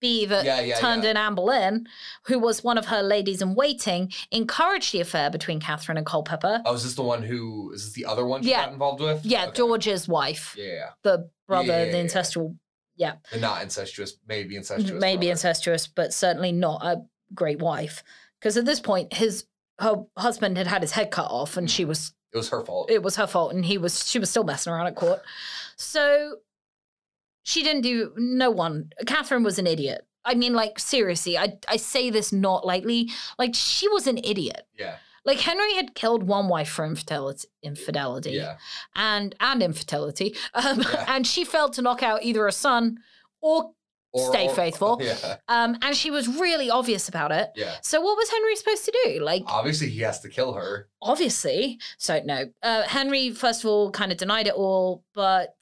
bee that yeah, yeah. turned yeah. in Anne Boleyn, who was one of her ladies in waiting, encouraged the affair between Catherine and Culpepper. Oh, is this the one who is this the other one she Yeah. got involved with? Yeah, Okay. George's wife, Yeah, yeah. the brother, Yeah, yeah, the yeah. incestual, The not incestuous, maybe incestuous. maybe brother. incestuous, but certainly not a great wife. Because at this point, his her husband had had his head cut off, and she Mm. was It was her fault. it was her fault, and he was she was still messing around at court. So she didn't do no one. Catherine was an idiot. I mean, like seriously, I I say this not lightly. Like she was an idiot. yeah. Like Henry had killed one wife for infidelity, infidelity, Yeah. and and infertility, (laughs) um, Yeah. and she failed to knock out either a son or Stay (laughs) faithful. Yeah. um, and she was really obvious about it. Yeah. So what was Henry supposed to do? Like Obviously he has to kill her. obviously, so no. Uh, Henry first of all kind of denied it all, but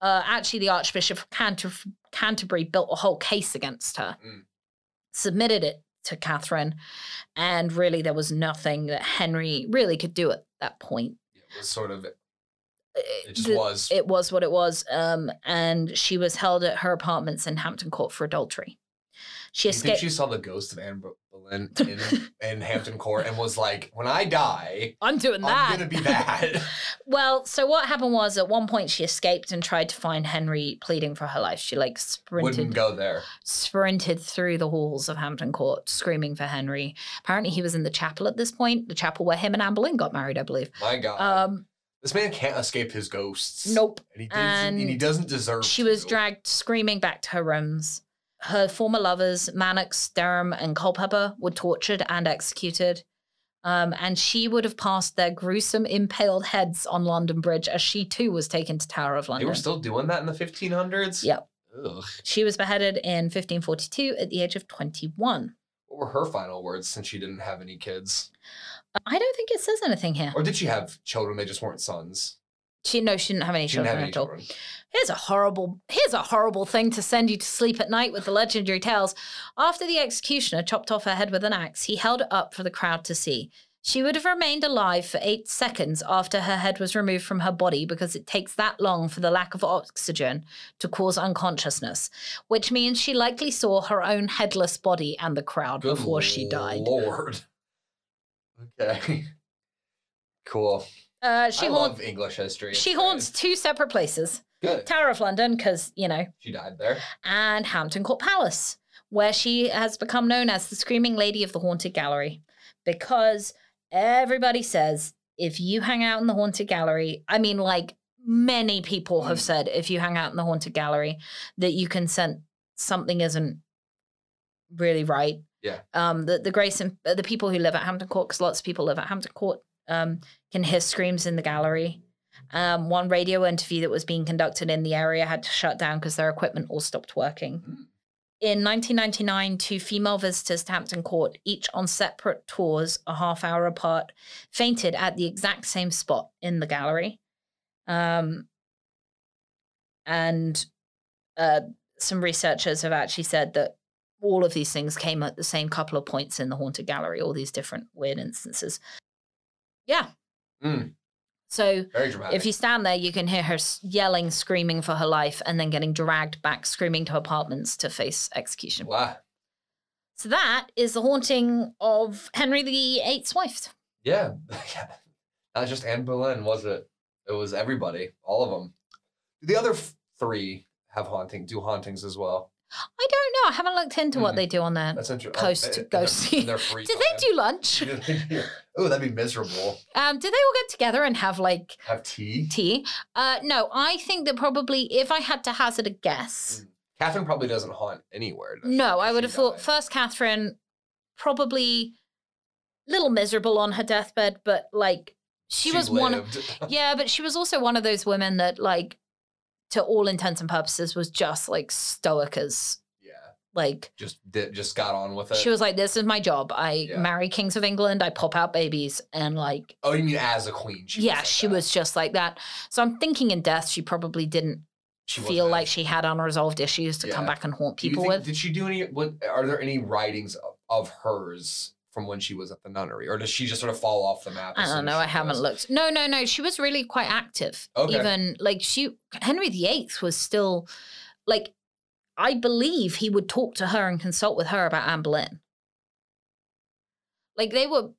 uh, actually the Archbishop of Canter- Canterbury built a whole case against her, Mm. submitted it to Catherine, and really there was nothing that Henry really could do at that point. Uh, It was sort of it just The- was. it was what it was. Um, and she was held at her apartments in Hampton Court for adultery. She Do you think escaped. she saw the ghost of Anne Bo- Boleyn (laughs) in, in Hampton Court and was like, when I die, I'm doing that. I'm gonna (laughs) be that. (laughs) well, so what happened was at one point she escaped and tried to find Henry pleading for her life. She like Wouldn't sprinted go there. sprinted through the halls of Hampton Court screaming for Henry. Apparently he was in the chapel at this point, the chapel where him and Anne Boleyn got married, I believe. My God. Um this man can't escape his ghosts. nope. And he doesn't, and, he And doesn't deserve She was to. dragged screaming back to her rooms. Her former lovers, Mannix, Durham, and Culpepper, were tortured and executed. Um, and she would have passed their gruesome impaled heads on London Bridge as she too was taken to Tower of They London. were still doing that in the 1500s? Yep. Ugh. she was beheaded in 1542 at the age of 21. What were her final words since she didn't have any kids? I don't think it says anything here. Or did she have children? They just weren't sons. She no, she didn't have any She didn't children have any at all. children. Here's a horrible here's a horrible thing to send you to sleep at night with the legendary tales. After the executioner chopped off her head with an axe, he held it up for the crowd to see. She would have remained alive for eight seconds after her head was removed from her body because it takes that long for the lack of oxygen to cause unconsciousness, which means she likely saw her own headless body and the crowd Good before she died. Lord. Okay. Cool. Uh, she I haunts love English history. she It's great. haunts two separate places: Good. Tower of London, because you know She died there. and Hampton Court Palace, where she has become known as the Screaming Lady of the Haunted Gallery. Because everybody says if you hang out in the Haunted Gallery, I mean, like many people have Mm. said, if you hang out in the Haunted Gallery, that you can sense something isn't really right. Yeah. Um, the the Grace and uh, the people who live at Hampton Court, because lots of people live at Hampton Court, um, can hear screams in the gallery. Um, one radio interview that was being conducted in the area had to shut down because their equipment all stopped working. Hmm. In 1999, two female visitors to Hampton Court, each on separate tours, a half hour apart, fainted at the exact same spot in the gallery. Um, and uh, some researchers have actually said that all of these things came at the same couple of points in the haunted gallery, all these different weird instances. Yeah. Mm. So Very dramatic. if you stand there, you can hear her s- yelling, screaming for her life, and then getting dragged back, screaming to apartments to face execution. wow. So that is the haunting of Henry VIII's wife. Yeah. (laughs) yeah. Not just Anne Boleyn, was it? It was everybody, all of them. The other f- three have haunting, do hauntings as well. I don't know. I haven't looked into what Hmm. they do on that. That's interesting. Post ghosty. eh, They're free. (laughs) Did they do lunch? do? oh, that'd be miserable. Um, did they all get together and have like Have tea. tea? Uh, no, I think that probably if I had to hazard a guess, Catherine probably doesn't haunt anywhere. does she? no, I She would have thought died. first Catherine, probably a little miserable on her deathbed, but like she, was one of lived. yeah, but she was also one of those women that like to all intents and purposes was just like stoic as yeah, like just did, just got on with it. she was like this is my job. I Yeah. marry kings of England, I pop out babies and like oh, you mean as a queen? She yeah, was like she that. was just like that. So I'm thinking in death she probably didn't She wasn't feel as- like she had unresolved issues to come Yeah. back and haunt Do you people think- with. Did she do any? What are there any writings of, of hers from when she was at the nunnery, or does she just sort of fall off the map? I as soon don't as know. I she haven't was? looked. No, no, no. She was really quite active. Okay. Even like she, Henry VIII was still, like, I believe he would talk to her and consult with her about Anne Boleyn. Like they were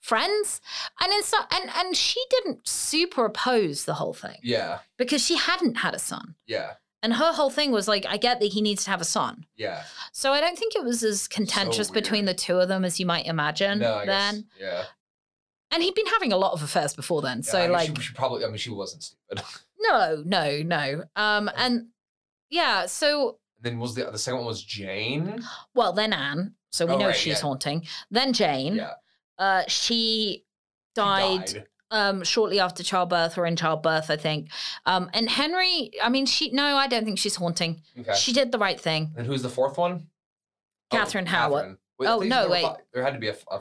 friends, and in so, and and she didn't superimpose the whole thing Yeah, because she hadn't had a son, yeah, and her whole thing was like, I get that he needs to have a son, yeah. So I don't think it was as contentious between the weird. two of them as you might imagine no, I then. guess. Yeah. And he'd been having a lot of affairs before then. Yeah, So I mean, like she, she probably. I mean, she wasn't stupid. (laughs) no, no, no. Um and yeah, so And then was the the second one was Jane? well then Anne, so we Oh, know right, she's yeah. haunting. Then Jane. Yeah, Uh she she died, um shortly after childbirth or in childbirth, I think. Um and Henry, I mean she no, I don't think she's haunting. Okay. She did the right thing. and who's the fourth one? Oh, Catherine Howard. Wait, I Oh, think no, there were wait. fi- There had to be a, f- a-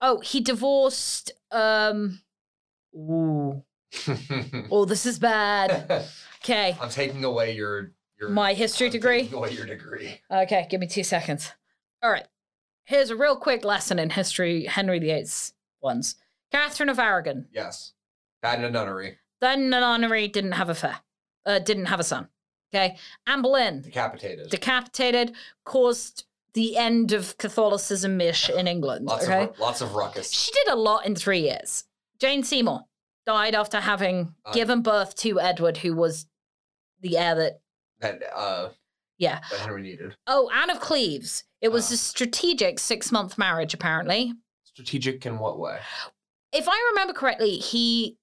Oh, he divorced um Ooh. Oh, this is (laughs) bad. Okay. I'm taking away your your My history I'm degree. Taking away your degree. Okay, give me two seconds. All right. Here's a real quick lesson in history Henry VIII's ones. Catherine of Aragon, Yes. Died in a nunnery. then Nonary didn't have a fa- uh, didn't have a son. Okay. Anne Boleyn, Decapitated. decapitated, caused the end of Catholicism ish in England. lots okay. of ru- lots of ruckus. She did a lot in three years. Jane Seymour died after having Uh, given birth to Edward, who was the heir that That uh Yeah. that Henry needed. Oh, Anne of Cleves. It was Ah. a strategic six month marriage, apparently. Strategic in what way? If I remember correctly, he,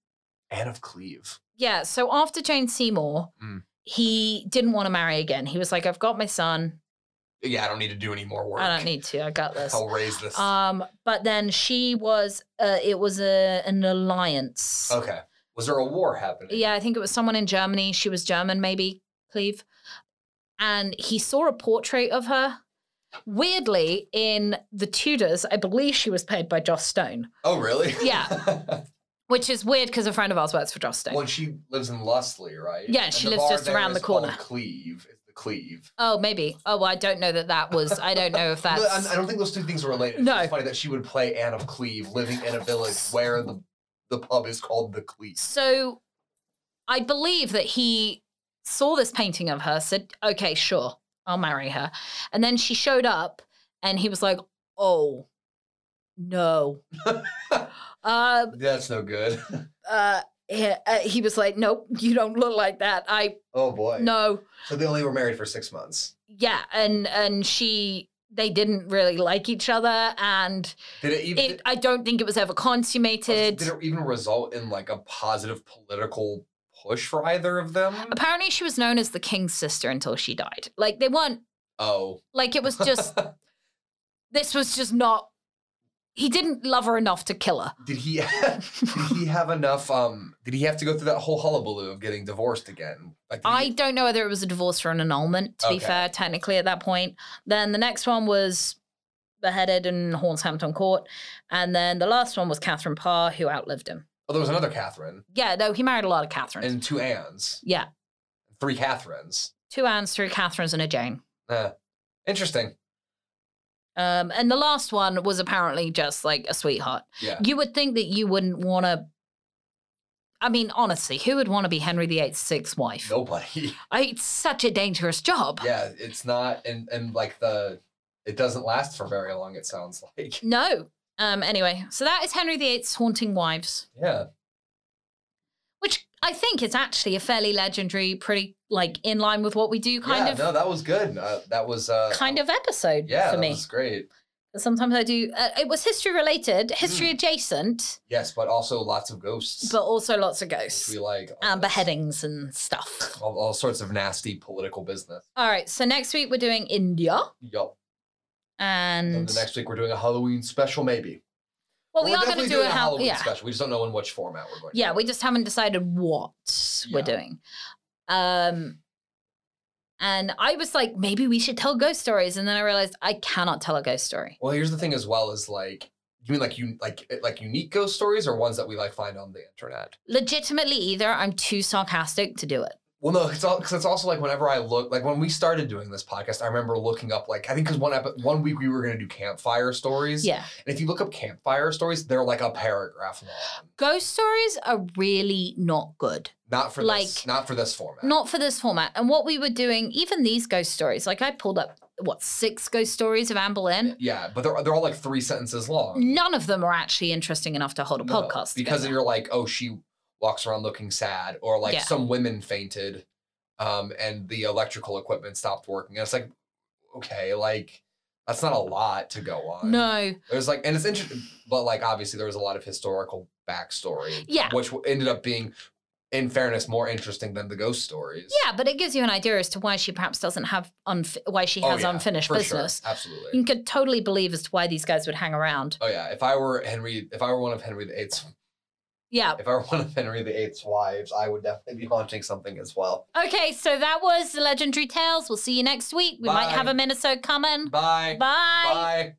Anne of Cleve. yeah, so after Jane Seymour, Mm. he didn't want to marry again. He was like, I've got my son. Yeah, I don't need to do any more work. I don't need to. I got this. I'll raise this. Um, but then she was, uh, it was a, an alliance. okay. Was there a war happening? Yeah, I think it was someone in Germany. She was German, maybe, Cleve. And he saw a portrait of her. Weirdly, in the Tudors, I believe she was played by Joss Stone. Oh really? (laughs) Yeah. Which is weird because a friend of ours works for Joss Stone. well, she lives in Lusley, right? Yeah, And she the lives bar just there around the is called corner. Cleve. It's the Cleve. oh, maybe. Oh, well, I don't know that that was. I don't know (laughs) if No, that's. I, I don't think those two things are related. It's No. just funny that she would play Anne of Cleve, living in a village where the the pub is called the Cleve. So I believe that he saw this painting of her, said, okay, sure, I'll marry her. And then she showed up and he was like, oh, (laughs) no. uh, That's no good. (laughs) uh, he, uh, he was like, nope, you don't look like that. I, Oh boy. no. so they only were married for six months. Yeah. And, and she, they didn't really like each other. And Did it even? it, I don't think it was ever did, consummated. it even result in like a positive political push for either of them? Apparently, she was known as the king's sister until she died. Like, they weren't Oh, (laughs) Like it was just this was just not he didn't love her enough to kill her. did he? (laughs) did he have enough? Um, did he have to go through that whole hullabaloo of getting divorced again? Like, did I he- don't know whether it was a divorce or an annulment, to be Okay. fair, technically at that point. Then the next one was beheaded in Hornshampton Court. And then the last one was Catherine Parr, who outlived him. oh, there was another Catherine Yeah, no, he married a lot of Catherines. and two Annes, yeah. three Catherines. Two Annes, three Catherines, and a Jane. Uh, interesting. Um, and the last one was apparently just like a sweetheart. Yeah. You would think that you wouldn't want to. I mean, honestly, who would want to be Henry VIII's sixth wife? Nobody. (laughs) I, it's such a dangerous job. yeah, it's not, and and like the, it doesn't last for very long. It sounds like. (laughs) No. Um, anyway, so that is Henry VIII's Haunting Wives, Yeah. which I think is actually a fairly legendary, pretty like in line with what we do kind yeah, of No, that was good. Uh, that was. Uh, kind of episode Yeah, for that me. was great. Sometimes I do. Uh, it was history related, history Hmm. adjacent, Yes, but also lots of ghosts. but also lots of which ghosts we like. and beheadings and stuff. All, all sorts of nasty political business. All right. So next week we're doing India, Yup. and And the next week we're doing a Halloween special, maybe. Mm. well, we We're are going to definitely do a, doing Halloween. Halloween Yeah, special. We just don't know in which format we're going. to yeah. do We it. just haven't decided what we're Yeah. doing. Um, and I was like, maybe we should tell ghost stories, and then I realized I cannot tell a ghost story. Well, here's the thing as well is like, you mean like you like eh, like unique ghost stories or ones that we like find on the internet? Legitimately, either I'm too sarcastic to do it. Well, no, it's all because it's also like whenever I look like when we started doing this podcast, I remember looking up like I think because one epi- one week we were gonna do campfire stories. Yeah, And if you look up campfire stories, they're like a paragraph long. ghost stories are really not good. Not for Like- this. Not for this format. Not for this format. And what we were doing, even these ghost stories, like I pulled up what six ghost stories of Anne Boleyn. Yeah, but they're they're all like three sentences long. None of them are actually interesting enough to hold a No, podcast. because together. you're like, oh, she walks around looking sad, or like Yeah. some women fainted, um, and the electrical equipment stopped working. And it's like, okay, like that's not a lot to go on. no, there's like, and it's interesting, but like obviously there was a lot of historical backstory, Yeah. which w- ended up being, in fairness, more interesting than the ghost stories. yeah, but it gives you an idea as to why she perhaps doesn't have unf- why she Oh, has yeah, unfinished for business. Sure. Absolutely. You could totally believe as to why these guys would hang around. Oh yeah, if I were Henry, if I were one of Henry VIII's, Yeah. if I were one of Henry VIII's wives, I would definitely be haunting something as well. Okay, so that was the legendary tales. We'll see you next week. We might Bye. have a Minnesota coming. Bye. Mm. Bye. Bye.